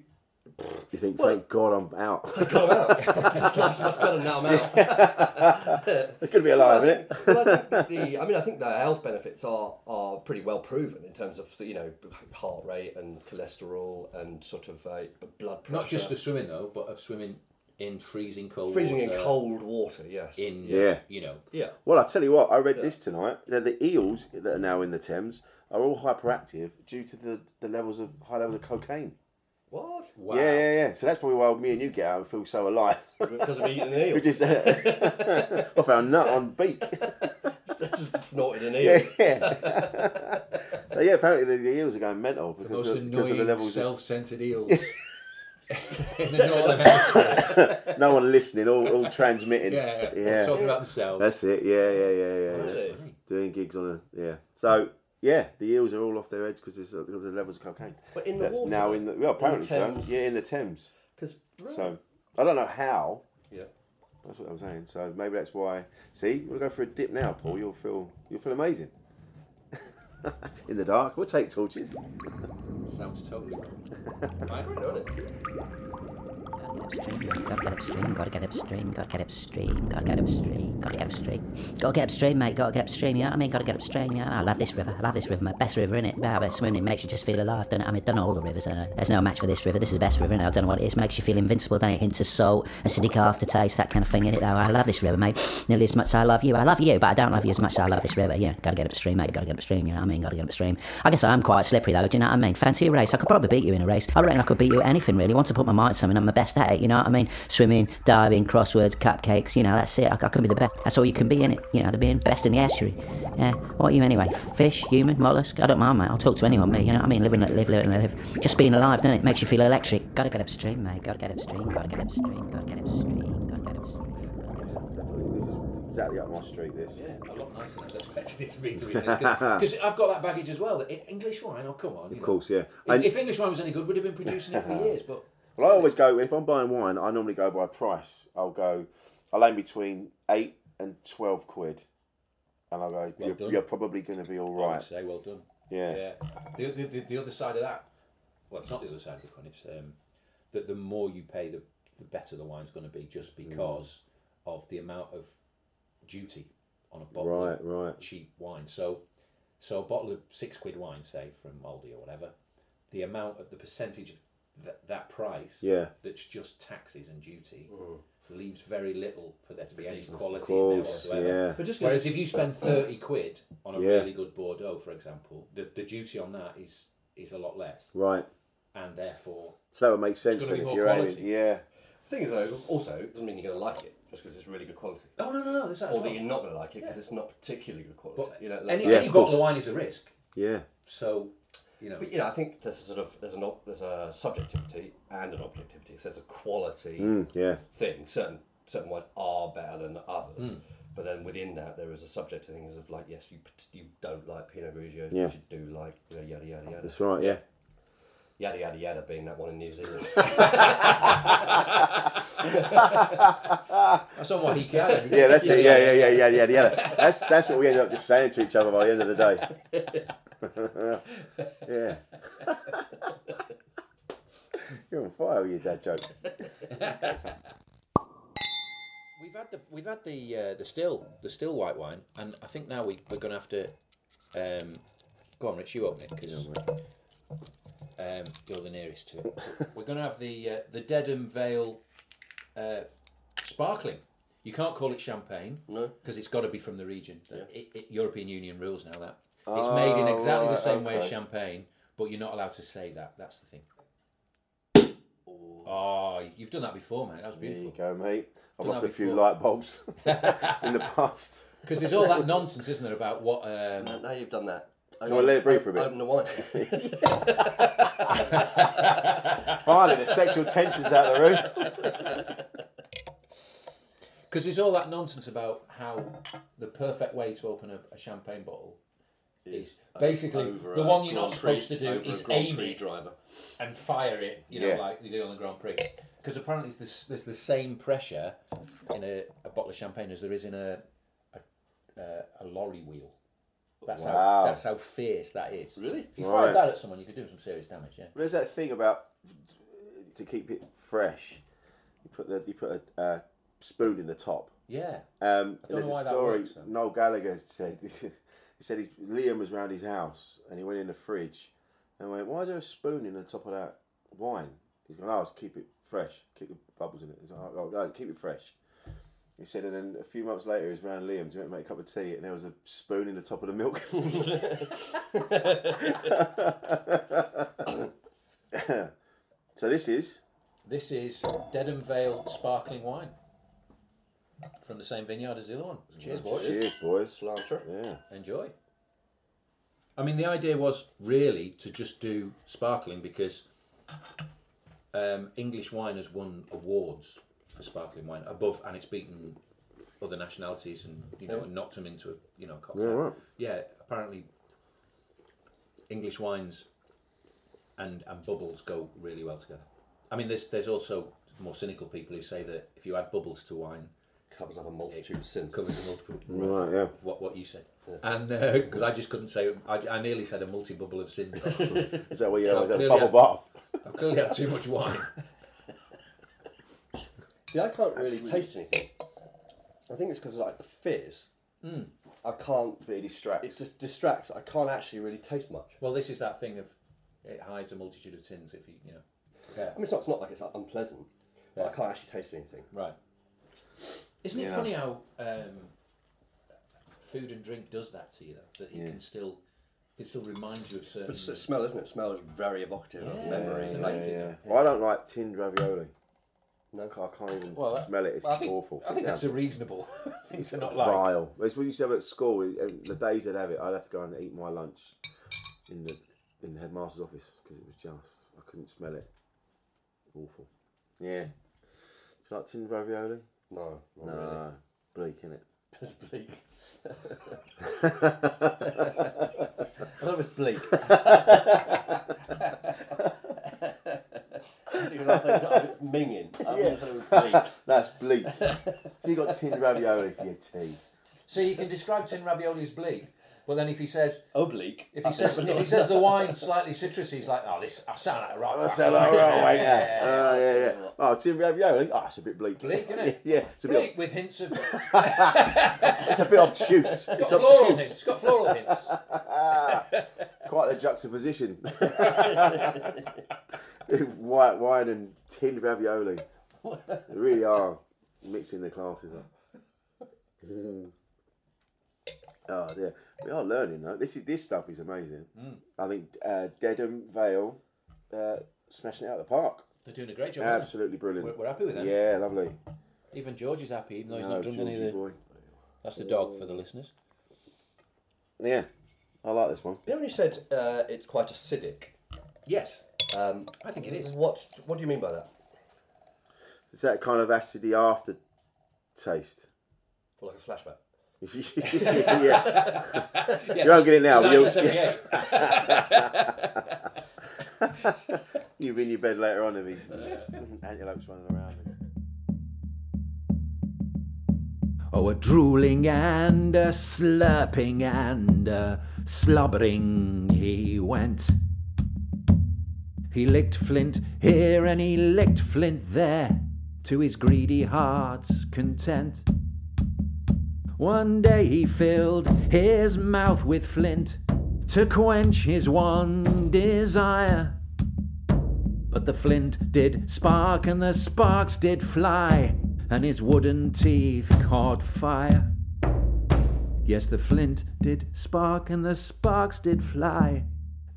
[SPEAKER 4] You think, thank God I'm out. I
[SPEAKER 5] come out. this life's much better now. I'm out.
[SPEAKER 4] could be alive, innit?
[SPEAKER 5] well, I, think the, I mean, I think the health benefits are are pretty well proven in terms of you know heart rate and cholesterol and sort of uh, blood pressure.
[SPEAKER 2] Not just of swimming though, but of swimming in freezing cold
[SPEAKER 5] freezing
[SPEAKER 2] water.
[SPEAKER 5] in cold water. Yes.
[SPEAKER 2] In
[SPEAKER 4] Yeah.
[SPEAKER 2] you know,
[SPEAKER 5] yeah.
[SPEAKER 4] Well, I tell you what, I read this tonight. That the eels that are now in the Thames are all hyperactive due to the, the levels of high levels of cocaine.
[SPEAKER 5] What?
[SPEAKER 2] wow.
[SPEAKER 4] Yeah, yeah, yeah. So that's probably why me and you get out and feel so alive.
[SPEAKER 5] Because of eating an eel.
[SPEAKER 4] we just uh, off our nut on beak.
[SPEAKER 5] snorted an eel.
[SPEAKER 4] yeah. so yeah, apparently the, the eels are going mental because
[SPEAKER 2] Most
[SPEAKER 4] of, because of the
[SPEAKER 2] annoying
[SPEAKER 4] levels. of,
[SPEAKER 2] self-centered eels. in the northern hemisphere.
[SPEAKER 4] no one listening, all, all transmitting.
[SPEAKER 2] Yeah,
[SPEAKER 4] yeah.
[SPEAKER 2] talking about themselves.
[SPEAKER 4] That's it. Yeah, yeah, yeah, yeah. yeah.
[SPEAKER 5] it.
[SPEAKER 4] Doing gigs on a yeah. So yeah, the eels are all off their heads because because the levels of cocaine.
[SPEAKER 5] But in the
[SPEAKER 4] That's
[SPEAKER 5] water.
[SPEAKER 4] now in the well, apparently so.
[SPEAKER 5] Thames.
[SPEAKER 4] Yeah, in the Thames.
[SPEAKER 5] Because
[SPEAKER 4] So I don't know how.
[SPEAKER 5] yeah,
[SPEAKER 4] That's what I'm saying. So maybe that's why. See, we'll go for a dip now, Paul. You'll feel you'll feel amazing. in the dark, we'll take torches.
[SPEAKER 2] Sounds totally wrong.
[SPEAKER 5] great, on it.
[SPEAKER 6] Gotta get upstream, gotta get upstream, gotta get upstream, gotta get upstream, gotta get upstream, gotta get upstream. Gotta get upstream, mate, gotta get upstream, you know what I mean? Gotta get upstream, you know. I love this river, I love this river, my best river in it. Wow, but swimming makes you just feel alive, don't it? I mean, don't know all the rivers, and there's no match for this river, this is the best river, innit? I don't know what it is, makes you feel invincible, don't it? Hints of salt, acidic aftertaste, that kind of thing in it, though. I love this river, mate. Nearly as much as I love you, I love you, but I don't love you as much as I love this river, yeah. Gotta get upstream, mate, gotta get upstream, you know what I mean? Gotta get upstream. I guess I'm quite slippery, though, do you know what I mean? Fancy a race, I could probably beat you in a race. I reckon I could beat you at anything, really. Once I put my mind to something, I'm the best at it, you know what I mean? Swimming, diving, crosswords, cupcakes, you know, that's it. I, I can be the best. That's all you can be in it, you know, the being best in the estuary. Yeah, what are you anyway? Fish, human, mollusk? I don't mind, mate. I'll talk to anyone, mate, you know what I mean? Living, live, live, live. Just being alive, doesn't it? Makes you feel electric. Gotta get upstream, mate. Gotta get upstream, gotta get upstream, gotta get upstream, gotta get upstream. gotta get upstream.
[SPEAKER 4] This is exactly up my street. This.
[SPEAKER 2] Yeah, a lot nicer than I was expecting it to be, to be honest. Because I've got that baggage as well. that I- English wine, oh, come on. you
[SPEAKER 4] Of
[SPEAKER 2] know.
[SPEAKER 4] course, yeah.
[SPEAKER 2] If,
[SPEAKER 4] And-
[SPEAKER 2] if English wine was any good, we'd have been producing it for years, but
[SPEAKER 4] Well, I always go if I'm buying wine. I normally go by price. I'll go. I'll aim between eight and twelve quid, and I'll go.
[SPEAKER 2] Well
[SPEAKER 4] you're,
[SPEAKER 2] done.
[SPEAKER 4] you're probably going to be all
[SPEAKER 2] I
[SPEAKER 4] right.
[SPEAKER 2] would say well done.
[SPEAKER 4] Yeah.
[SPEAKER 2] Yeah. The, the, the, the other side of that, well, it's not the other side of the coin, it's um, that the more you pay, the, the better the wine's going to be just
[SPEAKER 4] Mm.
[SPEAKER 2] because of the amount of duty on a bottle
[SPEAKER 4] Right,
[SPEAKER 2] of
[SPEAKER 4] right.
[SPEAKER 2] cheap wine. So, so a bottle of six quid wine, say, from Aldi or whatever, the amount of the percentage of that, that price
[SPEAKER 4] Yeah.
[SPEAKER 2] that's just taxes and duty leaves very little for there to be any
[SPEAKER 4] Of
[SPEAKER 2] quality in there
[SPEAKER 4] course,
[SPEAKER 2] whatsoever.
[SPEAKER 4] yeah.
[SPEAKER 5] But just 'cause
[SPEAKER 2] Whereas if you spend thirty quid on a
[SPEAKER 4] Yeah.
[SPEAKER 2] really good Bordeaux, for example, the, the duty on that is is a lot less,
[SPEAKER 4] Right.
[SPEAKER 2] and therefore
[SPEAKER 4] So that would make sense
[SPEAKER 2] gotta
[SPEAKER 4] then
[SPEAKER 2] be
[SPEAKER 4] if
[SPEAKER 2] more
[SPEAKER 4] you're
[SPEAKER 2] quality.
[SPEAKER 4] aiming. Yeah.
[SPEAKER 5] the thing is, though, also it doesn't mean you're going to like it just because it's really good quality,
[SPEAKER 2] oh no no no, that's that as
[SPEAKER 5] or that
[SPEAKER 2] well.
[SPEAKER 5] you're not going to like it because it's not particularly good quality.
[SPEAKER 2] But
[SPEAKER 5] you know, like,
[SPEAKER 2] any,
[SPEAKER 4] Yeah,
[SPEAKER 2] any
[SPEAKER 4] of
[SPEAKER 2] bottle of
[SPEAKER 4] course.
[SPEAKER 2] wine is a risk,
[SPEAKER 4] Yeah.
[SPEAKER 2] so you know
[SPEAKER 5] But you know, I think there's a sort of there's an ob- there's a subjectivity and an objectivity. If there's a quality
[SPEAKER 4] Mm, yeah.
[SPEAKER 5] thing, certain certain wines are better than others. But then within that, there is a subjective things of like, yes, you p- you don't like Pinot Grigio,
[SPEAKER 4] Yeah.
[SPEAKER 5] but you do like you know, yada yada yada,
[SPEAKER 4] That's right. Yeah.
[SPEAKER 5] yada yada yada, being that one in New Zealand.
[SPEAKER 2] that's on what he can.
[SPEAKER 4] Yeah. That's it. Yeah. Yeah. Yeah. Yeah. Yeah. Yeah. That's that's what we end up just saying to each other by the end of the day. yeah. you're on fire with your dad jokes.
[SPEAKER 2] We've had the we've had the uh, the still the still white wine, and I think now we we're going to have to um, go on, Rich. You open it because um, you're the nearest to it. we're going to have the uh, the Dedham Vale uh, sparkling. You can't call it champagne
[SPEAKER 5] No.
[SPEAKER 2] because it's got to be from the region. It, it, European Union rules now that it's made in exactly the
[SPEAKER 4] Oh, right,
[SPEAKER 2] same way as
[SPEAKER 4] okay.
[SPEAKER 2] champagne, but you're not allowed to say that. That's the thing. Oh, you've done that before, mate. That was
[SPEAKER 4] There
[SPEAKER 2] beautiful.
[SPEAKER 4] you go, mate. I've
[SPEAKER 2] Done
[SPEAKER 4] lost
[SPEAKER 2] that
[SPEAKER 4] a few
[SPEAKER 2] before.
[SPEAKER 4] light bulbs in the past.
[SPEAKER 2] Because there's all that nonsense, isn't there, about what? Um,
[SPEAKER 5] now you've done that. I
[SPEAKER 4] wanna let it breathe for a bit?
[SPEAKER 5] Open the wine.
[SPEAKER 4] Finally, the sexual tension's out of the room.
[SPEAKER 2] Because there's all that nonsense about how the perfect way to open a, a champagne bottle is basically
[SPEAKER 5] Over
[SPEAKER 2] the
[SPEAKER 5] a
[SPEAKER 2] one you're
[SPEAKER 5] Grand
[SPEAKER 2] not supposed
[SPEAKER 5] Prix-
[SPEAKER 2] to do
[SPEAKER 5] over a
[SPEAKER 2] is
[SPEAKER 5] Grand
[SPEAKER 2] aim
[SPEAKER 5] Prix
[SPEAKER 2] it
[SPEAKER 5] driver.
[SPEAKER 2] and fire it, you know,
[SPEAKER 4] Yeah.
[SPEAKER 2] like you do on the Grand Prix. Because apparently it's this, there's the same pressure in a, a bottle of champagne as there is in a a, a, a lorry wheel. That's
[SPEAKER 4] Wow.
[SPEAKER 2] how that's how fierce that is.
[SPEAKER 5] Really?
[SPEAKER 2] If you
[SPEAKER 4] Right.
[SPEAKER 2] fired that at someone, you could do some serious damage. Yeah.
[SPEAKER 4] There's that thing about to keep it fresh. You put the you put a uh, spoon in the top.
[SPEAKER 2] Yeah.
[SPEAKER 4] Um,
[SPEAKER 2] don't
[SPEAKER 4] there's
[SPEAKER 2] know why
[SPEAKER 4] a
[SPEAKER 2] that
[SPEAKER 4] story.
[SPEAKER 2] works, though.
[SPEAKER 4] Noel Gallagher said he said he, Liam was round his house and he went in the fridge and went, "Why is there a spoon in the top of that wine?" He's going, "Oh, it's keep it fresh, keep the bubbles in it." He's like, "Oh, no, keep it fresh." He said, and then a few months later, he's round Liam's, he went to make a cup of tea, and there was a spoon in the top of the milk. so this is
[SPEAKER 2] This is Dedham Vale sparkling wine from the same vineyard as the other one. Cheers, boys.
[SPEAKER 4] cheers, boys.
[SPEAKER 5] Slanter.
[SPEAKER 4] Yeah.
[SPEAKER 2] Enjoy. I mean, the idea was really to just do sparkling because um, English wine has won awards for sparkling wine above, and it's beaten other nationalities and you know and knocked them into a you know cocktail.
[SPEAKER 4] Yeah, right.
[SPEAKER 2] Yeah, apparently English wines and and bubbles go really well together. I mean, there's there's also more cynical people who say that if you add bubbles to wine,
[SPEAKER 5] Covers up a multitude of
[SPEAKER 2] it
[SPEAKER 5] sins.
[SPEAKER 2] covers a multiple.
[SPEAKER 4] Right, yeah.
[SPEAKER 2] What what you said, and because I just couldn't say, I, I nearly said a multi bubble of sin.
[SPEAKER 4] Is that what you
[SPEAKER 2] So
[SPEAKER 4] have? Is that
[SPEAKER 2] clearly
[SPEAKER 4] bubble bath?
[SPEAKER 2] I've clearly had too much wine.
[SPEAKER 5] See, I can't really taste anything. I think it's because like the fizz. I can't.
[SPEAKER 4] But it distracts.
[SPEAKER 5] It just distracts. I can't actually really taste much.
[SPEAKER 2] Well, this is that thing of it hides a multitude of sins. If you you know, yeah,
[SPEAKER 5] I mean, it's not, it's not like it's like, unpleasant. But I can't actually taste anything.
[SPEAKER 2] right. Isn't it
[SPEAKER 4] Yeah.
[SPEAKER 2] funny how um, food and drink does that to you? Though, that it
[SPEAKER 4] Yeah.
[SPEAKER 2] can still it still reminds you of certain.
[SPEAKER 5] It's the smell, isn't it? Smell is very evocative of
[SPEAKER 2] Yeah.
[SPEAKER 5] memories.
[SPEAKER 2] It's
[SPEAKER 5] and-
[SPEAKER 4] Yeah,
[SPEAKER 2] amazing.
[SPEAKER 4] yeah. Well, I don't like tinned ravioli.
[SPEAKER 5] No.
[SPEAKER 4] I can't, I can't even
[SPEAKER 2] Well, that-
[SPEAKER 4] smell it. It's
[SPEAKER 2] I think,
[SPEAKER 4] awful.
[SPEAKER 2] I think that's a
[SPEAKER 4] Yeah.
[SPEAKER 2] reasonable thing to not like.
[SPEAKER 4] vile. It's what you used to have at school. we- and The days I'd have it, I'd have to go and eat my lunch in the in the headmaster's office because it was just I couldn't smell it. Awful. Yeah. Do you like tinned ravioli?
[SPEAKER 5] No, not
[SPEAKER 4] No,
[SPEAKER 5] really.
[SPEAKER 4] bleak, innit?
[SPEAKER 5] It's bleak. I love it's bleak. You know, I think I'm Minging. I wouldn't say it was bleak.
[SPEAKER 4] That's bleak. so you got tinned ravioli for your tea.
[SPEAKER 2] So you can describe tin ravioli as bleak, but then if he says
[SPEAKER 5] Oblique.
[SPEAKER 2] if he says if he says the wine's slightly citrusy, he's like, oh, this I sound like a rock.
[SPEAKER 4] That's
[SPEAKER 2] band."
[SPEAKER 4] hello, right, yeah,
[SPEAKER 2] yeah, yeah.
[SPEAKER 4] Oh, yeah, yeah. Oh, tinned ravioli. Oh, it's a bit bleak.
[SPEAKER 2] Bleak, innit?
[SPEAKER 4] Yeah, yeah, it's a
[SPEAKER 2] Bleak
[SPEAKER 4] bit.
[SPEAKER 2] with hints of it's
[SPEAKER 4] It's a bit obtuse.
[SPEAKER 2] got
[SPEAKER 4] It's
[SPEAKER 2] floral
[SPEAKER 4] obtuse.
[SPEAKER 2] hints. It's got floral hints.
[SPEAKER 4] Quite the juxtaposition. White wine and tinned ravioli. They really are mixing the classes up. Mm. Oh dear, we are learning though. This is this stuff is amazing.
[SPEAKER 2] Mm.
[SPEAKER 4] I think uh, Dedham Vale uh, smashing it out of the park.
[SPEAKER 2] They're doing a great job. aren't they?
[SPEAKER 4] Absolutely brilliant.
[SPEAKER 2] We're, we're happy with them.
[SPEAKER 4] yeah, lovely.
[SPEAKER 2] Even George is happy, even though he's
[SPEAKER 4] Oh,
[SPEAKER 2] not drunk any of
[SPEAKER 4] Georgie
[SPEAKER 2] the.
[SPEAKER 4] boy.
[SPEAKER 2] That's the dog for the listeners.
[SPEAKER 4] Yeah, I like this one.
[SPEAKER 5] You know when you said uh, it's quite acidic.
[SPEAKER 2] Yes,
[SPEAKER 5] Um,
[SPEAKER 2] I think it is.
[SPEAKER 5] What What do you mean by that?
[SPEAKER 4] It's that kind of acidy after taste.
[SPEAKER 5] Well, like a flashback.
[SPEAKER 4] yeah,
[SPEAKER 2] Yeah.
[SPEAKER 4] you won't get it now. But you'll,
[SPEAKER 2] 1978.
[SPEAKER 4] you'll be in your bed later on if he antelopes running around.
[SPEAKER 7] Oh, a drooling and a slurping and a slobbering he went. He licked flint here and he licked flint there, to his greedy heart's content. One day he filled his mouth with flint to quench his one desire. But the flint did spark and the sparks did fly, and his wooden teeth caught fire. Yes, the flint did spark and the sparks did fly,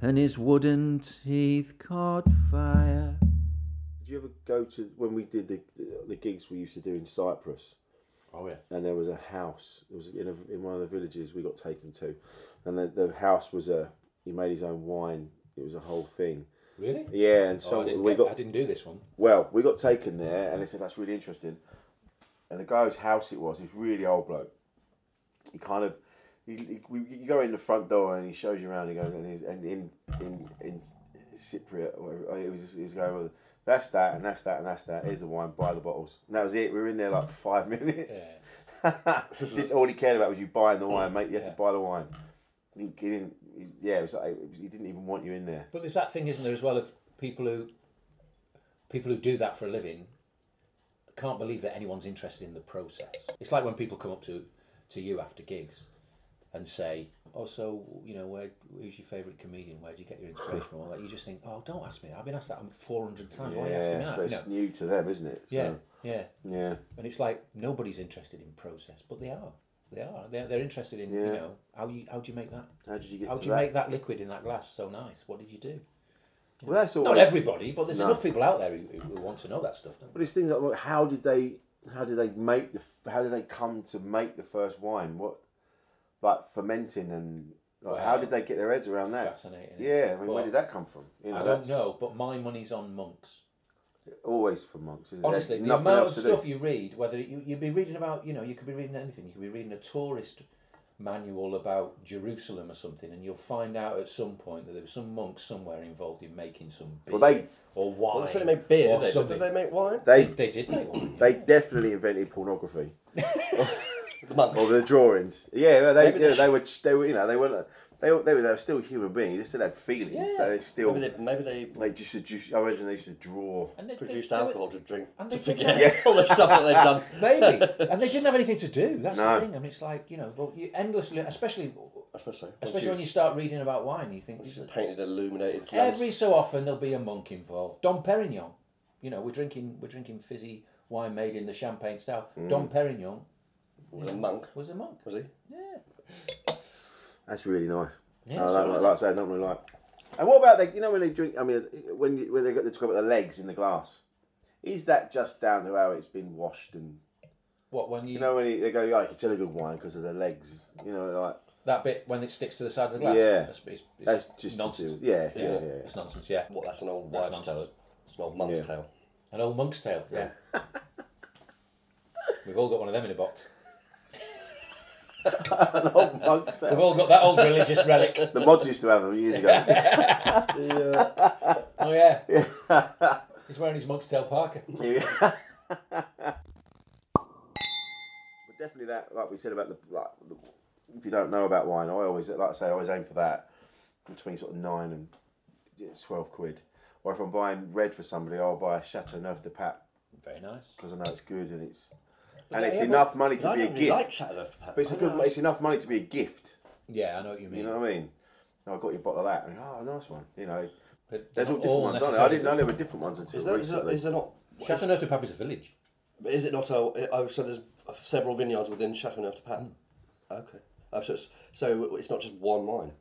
[SPEAKER 7] and his wooden teeth caught fire.
[SPEAKER 4] Did you ever go to when we did the the gigs we used to do in Cyprus?
[SPEAKER 2] Oh yeah.
[SPEAKER 4] And there was a house. It was in a, in one of the villages we got taken to, and the, the house was a. He made his own wine. It was a whole thing.
[SPEAKER 2] Really?
[SPEAKER 4] Yeah, and so
[SPEAKER 2] Oh, I, didn't
[SPEAKER 4] we
[SPEAKER 2] get-
[SPEAKER 4] got
[SPEAKER 2] I didn't do this one.
[SPEAKER 4] Well, we got taken there, and they said that's really interesting. And the guy whose house it was, he's really old bloke. He kind of, he, he, we, you go in the front door, and he shows you around. He goes, and, he's, and in in in Cypriot, or whatever, it was he was going well, That's that, and that's that, and that's that. Here's the wine. Buy the bottles. And that was it. We were in there like five minutes. Just all he cared about was you buying the wine, mate. You had
[SPEAKER 2] Yeah.
[SPEAKER 4] to buy the wine. He didn't. He didn't yeah, it was like, he didn't even want you in there.
[SPEAKER 2] But there's that thing, isn't there, as well, of people who people who do that for a living can't believe that anyone's interested in the process. It's like when people come up to to you after gigs and say, "Oh, so you know, where who's your favourite comedian? Where do you get your inspiration from?" All that you just think, "Oh, don't ask me. that. I've been asked that 400 times. Why are you asking me
[SPEAKER 4] Yeah,
[SPEAKER 2] that?"
[SPEAKER 4] but it's
[SPEAKER 2] You know?
[SPEAKER 4] new to them, isn't it? So,
[SPEAKER 2] Yeah, yeah.
[SPEAKER 4] Yeah.
[SPEAKER 2] And it's like nobody's interested in process, but they are. They are. They're, they're interested in you
[SPEAKER 4] Yeah.
[SPEAKER 2] know how you how do you make that
[SPEAKER 4] How did you get
[SPEAKER 2] how
[SPEAKER 4] to
[SPEAKER 2] do you
[SPEAKER 4] that?
[SPEAKER 2] make that liquid in that glass so nice? What did you do?
[SPEAKER 4] Well, that's all.
[SPEAKER 2] Not everybody, but there's
[SPEAKER 4] No.
[SPEAKER 2] enough people out there who, who who want to know that stuff. Don't
[SPEAKER 4] But it's things like well, how did they how did they make the how did they come to make the first wine? What like fermenting and like, how
[SPEAKER 2] Wow.
[SPEAKER 4] did they get their heads around
[SPEAKER 2] they?
[SPEAKER 4] that?
[SPEAKER 2] Fascinating. isn't it?
[SPEAKER 4] Yeah, I mean,
[SPEAKER 2] Well,
[SPEAKER 4] where did that come from? You
[SPEAKER 2] I don't
[SPEAKER 4] that's-
[SPEAKER 2] know, but my money's on monks.
[SPEAKER 4] Always for monks, isn't it?
[SPEAKER 2] Honestly,
[SPEAKER 4] There's
[SPEAKER 2] the
[SPEAKER 4] nothing
[SPEAKER 2] amount
[SPEAKER 4] else
[SPEAKER 2] of
[SPEAKER 4] to do.
[SPEAKER 2] stuff you read, whether you, you'd be reading about, you know, you could be reading anything. You could be reading a tourist manual about Jerusalem or something, and you'll find out at some point that there was some monks somewhere involved in making some beer
[SPEAKER 4] Well, they-
[SPEAKER 2] or wine.
[SPEAKER 5] Well, that's when they make beer,
[SPEAKER 2] or
[SPEAKER 5] did they? But
[SPEAKER 2] something.
[SPEAKER 5] Did they make wine?
[SPEAKER 4] They
[SPEAKER 2] They did make wine.
[SPEAKER 4] they definitely invented pornography
[SPEAKER 5] The monks.
[SPEAKER 4] or the drawings. Yeah, well, they
[SPEAKER 5] Maybe they
[SPEAKER 4] yeah, they were they were you know they weren't they were, they were, they were still human beings. They still had feelings. So they still
[SPEAKER 5] Maybe they, maybe they
[SPEAKER 4] like just to ju- I imagine they used to draw.
[SPEAKER 2] And they- they-
[SPEAKER 5] produced
[SPEAKER 2] they were-
[SPEAKER 5] alcohol to drink
[SPEAKER 2] and
[SPEAKER 5] to
[SPEAKER 2] they did
[SPEAKER 5] forget
[SPEAKER 4] that.
[SPEAKER 5] all the stuff that they've done.
[SPEAKER 2] Maybe, and they didn't have anything to do. That's
[SPEAKER 4] No.
[SPEAKER 2] the thing. I mean, it's like you know, well, you endlessly, especially
[SPEAKER 5] Especially, once
[SPEAKER 2] especially
[SPEAKER 5] you've-
[SPEAKER 2] when you start reading about wine, you think
[SPEAKER 5] once you've painted, illuminated.
[SPEAKER 2] every so often there'll be a monk involved. Dom Perignon, you know, we're drinking we're drinking fizzy wine made in the champagne style.
[SPEAKER 4] Mm.
[SPEAKER 2] Dom Perignon
[SPEAKER 5] was a monk,
[SPEAKER 2] was a monk.
[SPEAKER 5] was he?
[SPEAKER 2] Yeah.
[SPEAKER 4] That's really nice.
[SPEAKER 2] Yeah,
[SPEAKER 4] I
[SPEAKER 2] so
[SPEAKER 4] like, Uh, like, I say, I don't really like. And what about they? You know when they drink? I mean, when you, when they got they talk about the legs in the glass, is that just down to how it's been washed and
[SPEAKER 2] What when you,
[SPEAKER 4] you know when you, they go, oh, you can tell a good wine because of the legs. You know, like
[SPEAKER 2] that bit when it sticks to the side of the glass?
[SPEAKER 4] Yeah.
[SPEAKER 2] That's, it's, it's
[SPEAKER 4] that's just
[SPEAKER 2] nonsense.
[SPEAKER 4] To do. Yeah, yeah,
[SPEAKER 2] Yeah.
[SPEAKER 4] yeah.
[SPEAKER 2] It's nonsense, yeah.
[SPEAKER 5] Well, that's an old
[SPEAKER 2] That's
[SPEAKER 5] wives' tale.
[SPEAKER 2] nonsense.
[SPEAKER 5] It's an old monk's
[SPEAKER 4] Yeah.
[SPEAKER 5] tale.
[SPEAKER 2] An old monk's tale. Yeah. We've all got one of them in a box.
[SPEAKER 4] An old monk's
[SPEAKER 2] We've
[SPEAKER 4] tale.
[SPEAKER 2] all got that old religious relic.
[SPEAKER 4] The mods used to have them years ago.
[SPEAKER 2] Oh yeah. He's wearing his monk's tail parka.
[SPEAKER 4] but definitely that, like we said about the, like, the, if you don't know about wine, I always, like I say, I always aim for that between sort of nine and yeah, twelve quid. Or if I'm buying red for somebody, I'll buy a Chateau Neuf de Pap
[SPEAKER 2] Very nice.
[SPEAKER 4] because I know it's good and it's and
[SPEAKER 5] Yeah,
[SPEAKER 4] it's
[SPEAKER 5] yeah,
[SPEAKER 4] enough money to
[SPEAKER 5] I
[SPEAKER 4] be a
[SPEAKER 5] don't really
[SPEAKER 4] gift.
[SPEAKER 5] like Shadow of the Pat.
[SPEAKER 4] but it's a good, it's enough money to be a gift.
[SPEAKER 2] Yeah, I know what you mean.
[SPEAKER 4] You know what I mean? I got your bottle of that, and oh, nice one. You know,
[SPEAKER 2] But
[SPEAKER 4] there's
[SPEAKER 2] they're
[SPEAKER 4] all
[SPEAKER 2] not
[SPEAKER 4] different ones. Aren't there? I
[SPEAKER 2] necessarily
[SPEAKER 4] didn't know there were different ones until
[SPEAKER 5] Is that, is that,
[SPEAKER 4] recently.
[SPEAKER 5] is there not?
[SPEAKER 2] Chateauneuf du Pape is a village.
[SPEAKER 5] Is it not a? Oh, so there's several vineyards within Chateau Neuf de Pat.
[SPEAKER 2] Mm.
[SPEAKER 5] Okay. Oh, so, it's, so it's not just one wine.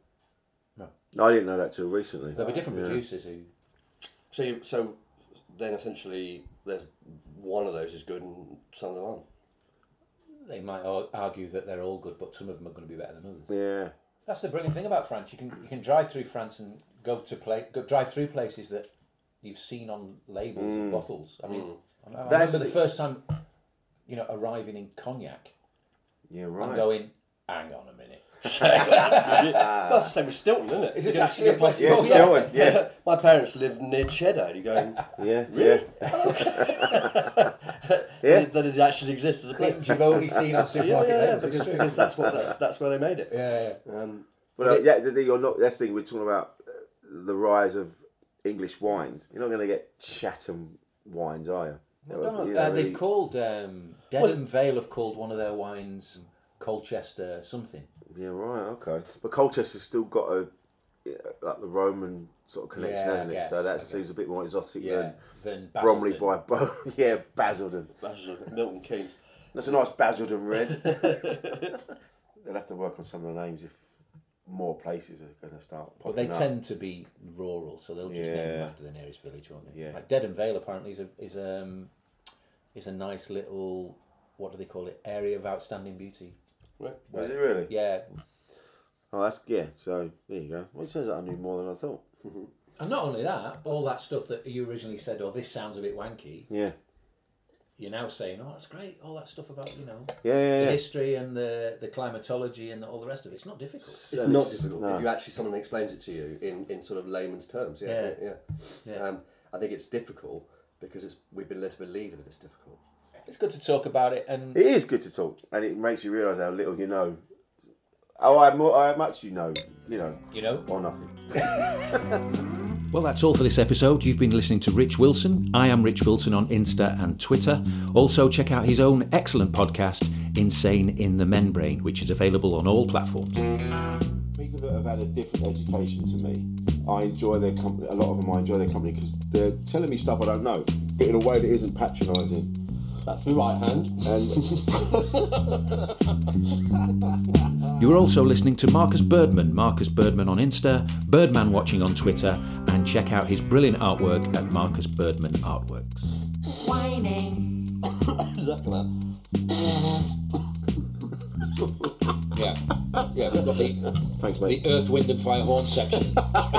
[SPEAKER 4] No, I didn't know that till recently.
[SPEAKER 2] There'll be different producers who
[SPEAKER 5] So you, so then essentially there's one of those is good and some of them aren't.
[SPEAKER 2] They might ar- argue that they're all good, but some of them are going to be better than others.
[SPEAKER 4] Yeah.
[SPEAKER 2] That's the brilliant thing about France. You can you can drive through France and go to play go, drive through places that you've seen on labels
[SPEAKER 5] Mm.
[SPEAKER 2] and bottles. I mean, I, I
[SPEAKER 4] That's
[SPEAKER 2] remember the
[SPEAKER 4] the-
[SPEAKER 2] first time, you know, arriving in Cognac
[SPEAKER 4] Yeah,
[SPEAKER 2] and
[SPEAKER 4] right.
[SPEAKER 2] going, "Hang on a minute,
[SPEAKER 5] That's the same with Stilton, isn't it?
[SPEAKER 2] Is this
[SPEAKER 5] You go-
[SPEAKER 2] actually
[SPEAKER 5] you
[SPEAKER 2] a
[SPEAKER 5] go
[SPEAKER 2] place-
[SPEAKER 5] past-
[SPEAKER 4] Yeah,
[SPEAKER 2] Oh, yeah.
[SPEAKER 4] Stilton. Yeah,
[SPEAKER 5] My parents live near Cheddar, and you go,
[SPEAKER 4] yeah, yeah.
[SPEAKER 5] yeah. that it actually exists as a place.
[SPEAKER 2] things you've only seen on
[SPEAKER 5] Yeah, yeah,
[SPEAKER 2] supermarket
[SPEAKER 5] yeah,
[SPEAKER 2] labels." It's
[SPEAKER 5] because,
[SPEAKER 2] true.
[SPEAKER 5] because that's what that's, that's where they made it.
[SPEAKER 2] Yeah, yeah.
[SPEAKER 5] Um,
[SPEAKER 4] But uh, yeah, the thing you're not. That's the thing we're talking about. uh, The rise of English wines. You're not going to get Chatham wines, are you?
[SPEAKER 2] I don't
[SPEAKER 4] You
[SPEAKER 2] know. Uh,
[SPEAKER 4] really-
[SPEAKER 2] they've called um, Dedham Vale have called one of their wines Colchester something.
[SPEAKER 4] Yeah, right. Okay. But Colchester's still got a yeah, like the Roman sort of connection,
[SPEAKER 2] Yeah, I
[SPEAKER 4] hasn't it?
[SPEAKER 2] guess,
[SPEAKER 4] So
[SPEAKER 2] I
[SPEAKER 4] that
[SPEAKER 2] guess.
[SPEAKER 4] seems a bit more exotic
[SPEAKER 2] Yeah, uh, than
[SPEAKER 4] than Bromley
[SPEAKER 2] Basildon.
[SPEAKER 4] by Bow. yeah, Basildon.
[SPEAKER 5] that's just Milton Keynes.
[SPEAKER 4] That's a nice Basildon red. They'll have to work on some of the names if more places are going to start.
[SPEAKER 2] But they
[SPEAKER 4] popping up.
[SPEAKER 2] tend to be rural, so they'll just name them
[SPEAKER 4] Yeah.
[SPEAKER 2] after the nearest village, won't they?
[SPEAKER 4] Yeah.
[SPEAKER 2] Like Dedham Vale apparently is a is um is a nice little what do they call it area of outstanding beauty.
[SPEAKER 5] Right.
[SPEAKER 4] Is it really?
[SPEAKER 2] Yeah,
[SPEAKER 4] Oh, that's yeah. So there you go. Well, it turns out I knew more than I thought.
[SPEAKER 2] and not only that, all that stuff that you originally said, oh, this sounds a bit wanky.
[SPEAKER 4] Yeah.
[SPEAKER 2] You're now saying, oh, that's great. All that stuff about you know
[SPEAKER 4] Yeah, yeah,
[SPEAKER 2] the
[SPEAKER 4] yeah.
[SPEAKER 2] history and the the climatology and all the rest of it. It's not difficult.
[SPEAKER 5] It's
[SPEAKER 4] And
[SPEAKER 5] not
[SPEAKER 4] it's-
[SPEAKER 5] difficult
[SPEAKER 4] no.
[SPEAKER 5] if you actually someone explains it to you in, in sort of layman's terms. Yeah, yeah. yeah.
[SPEAKER 2] Yeah.
[SPEAKER 5] Um, I think it's difficult because it's we've been led to believe that it's difficult.
[SPEAKER 2] It's good to talk about it and
[SPEAKER 4] It is good to talk, and it makes you realise how little you know. Oh, I more, how much you know, you know,
[SPEAKER 2] you know.
[SPEAKER 4] or nothing.
[SPEAKER 8] Well, that's all for this episode. You've been listening to Rich Wilson. I am Rich Wilson on Insta and Twitter. Also, check out his own excellent podcast, Insane in the Membrane, which is available on all platforms.
[SPEAKER 4] people that have had a different education to me, I enjoy their company. A lot of them, I enjoy their company because they're telling me stuff I don't know, but in a way that isn't patronising.
[SPEAKER 5] That's the right hand.
[SPEAKER 4] And
[SPEAKER 8] You're also listening to Marcus Birdman, Marcus Birdman on Insta, Birdman Watching on Twitter, and check out his brilliant artwork at Marcus Birdman Artworks.
[SPEAKER 9] Whining.
[SPEAKER 5] exactly that.
[SPEAKER 2] Yeah, yeah. We've got the
[SPEAKER 4] thanks, mate.
[SPEAKER 2] Earth, Wind and Fire horn section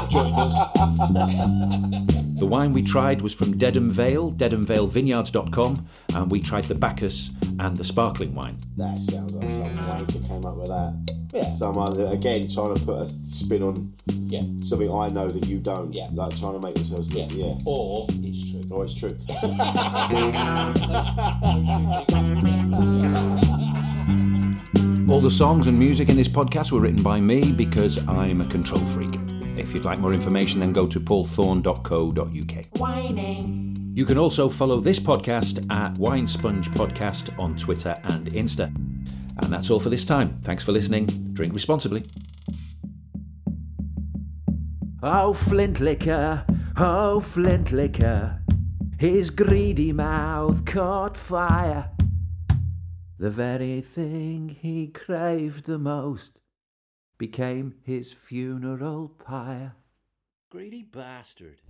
[SPEAKER 2] joined us. The wine we tried was from Dedham Vale, dedhamvalevineyards.com, and we tried the Bacchus and the sparkling wine.
[SPEAKER 4] That sounds like some wanker came up with that.
[SPEAKER 10] Yeah.
[SPEAKER 4] Someone that, again trying to put a spin on
[SPEAKER 10] Yeah.
[SPEAKER 4] something I know that you don't.
[SPEAKER 10] Yeah.
[SPEAKER 4] Like trying to make themselves
[SPEAKER 10] Yeah.
[SPEAKER 4] look yeah.
[SPEAKER 10] Or it's true.
[SPEAKER 4] Oh, it's true.
[SPEAKER 2] All the songs and music in this podcast were written by me because I'm a control freak. If you'd like more information, then go to paulthorne.co.uk.
[SPEAKER 11] Whining.
[SPEAKER 2] You can also follow this podcast at Wine Sponge Podcast on Twitter and Insta. And that's all for this time. Thanks for listening. Drink responsibly. Oh, Flint Liquor, oh, Flint Liquor, his greedy mouth caught fire. The very thing he craved the most became his funeral pyre. Greedy bastard.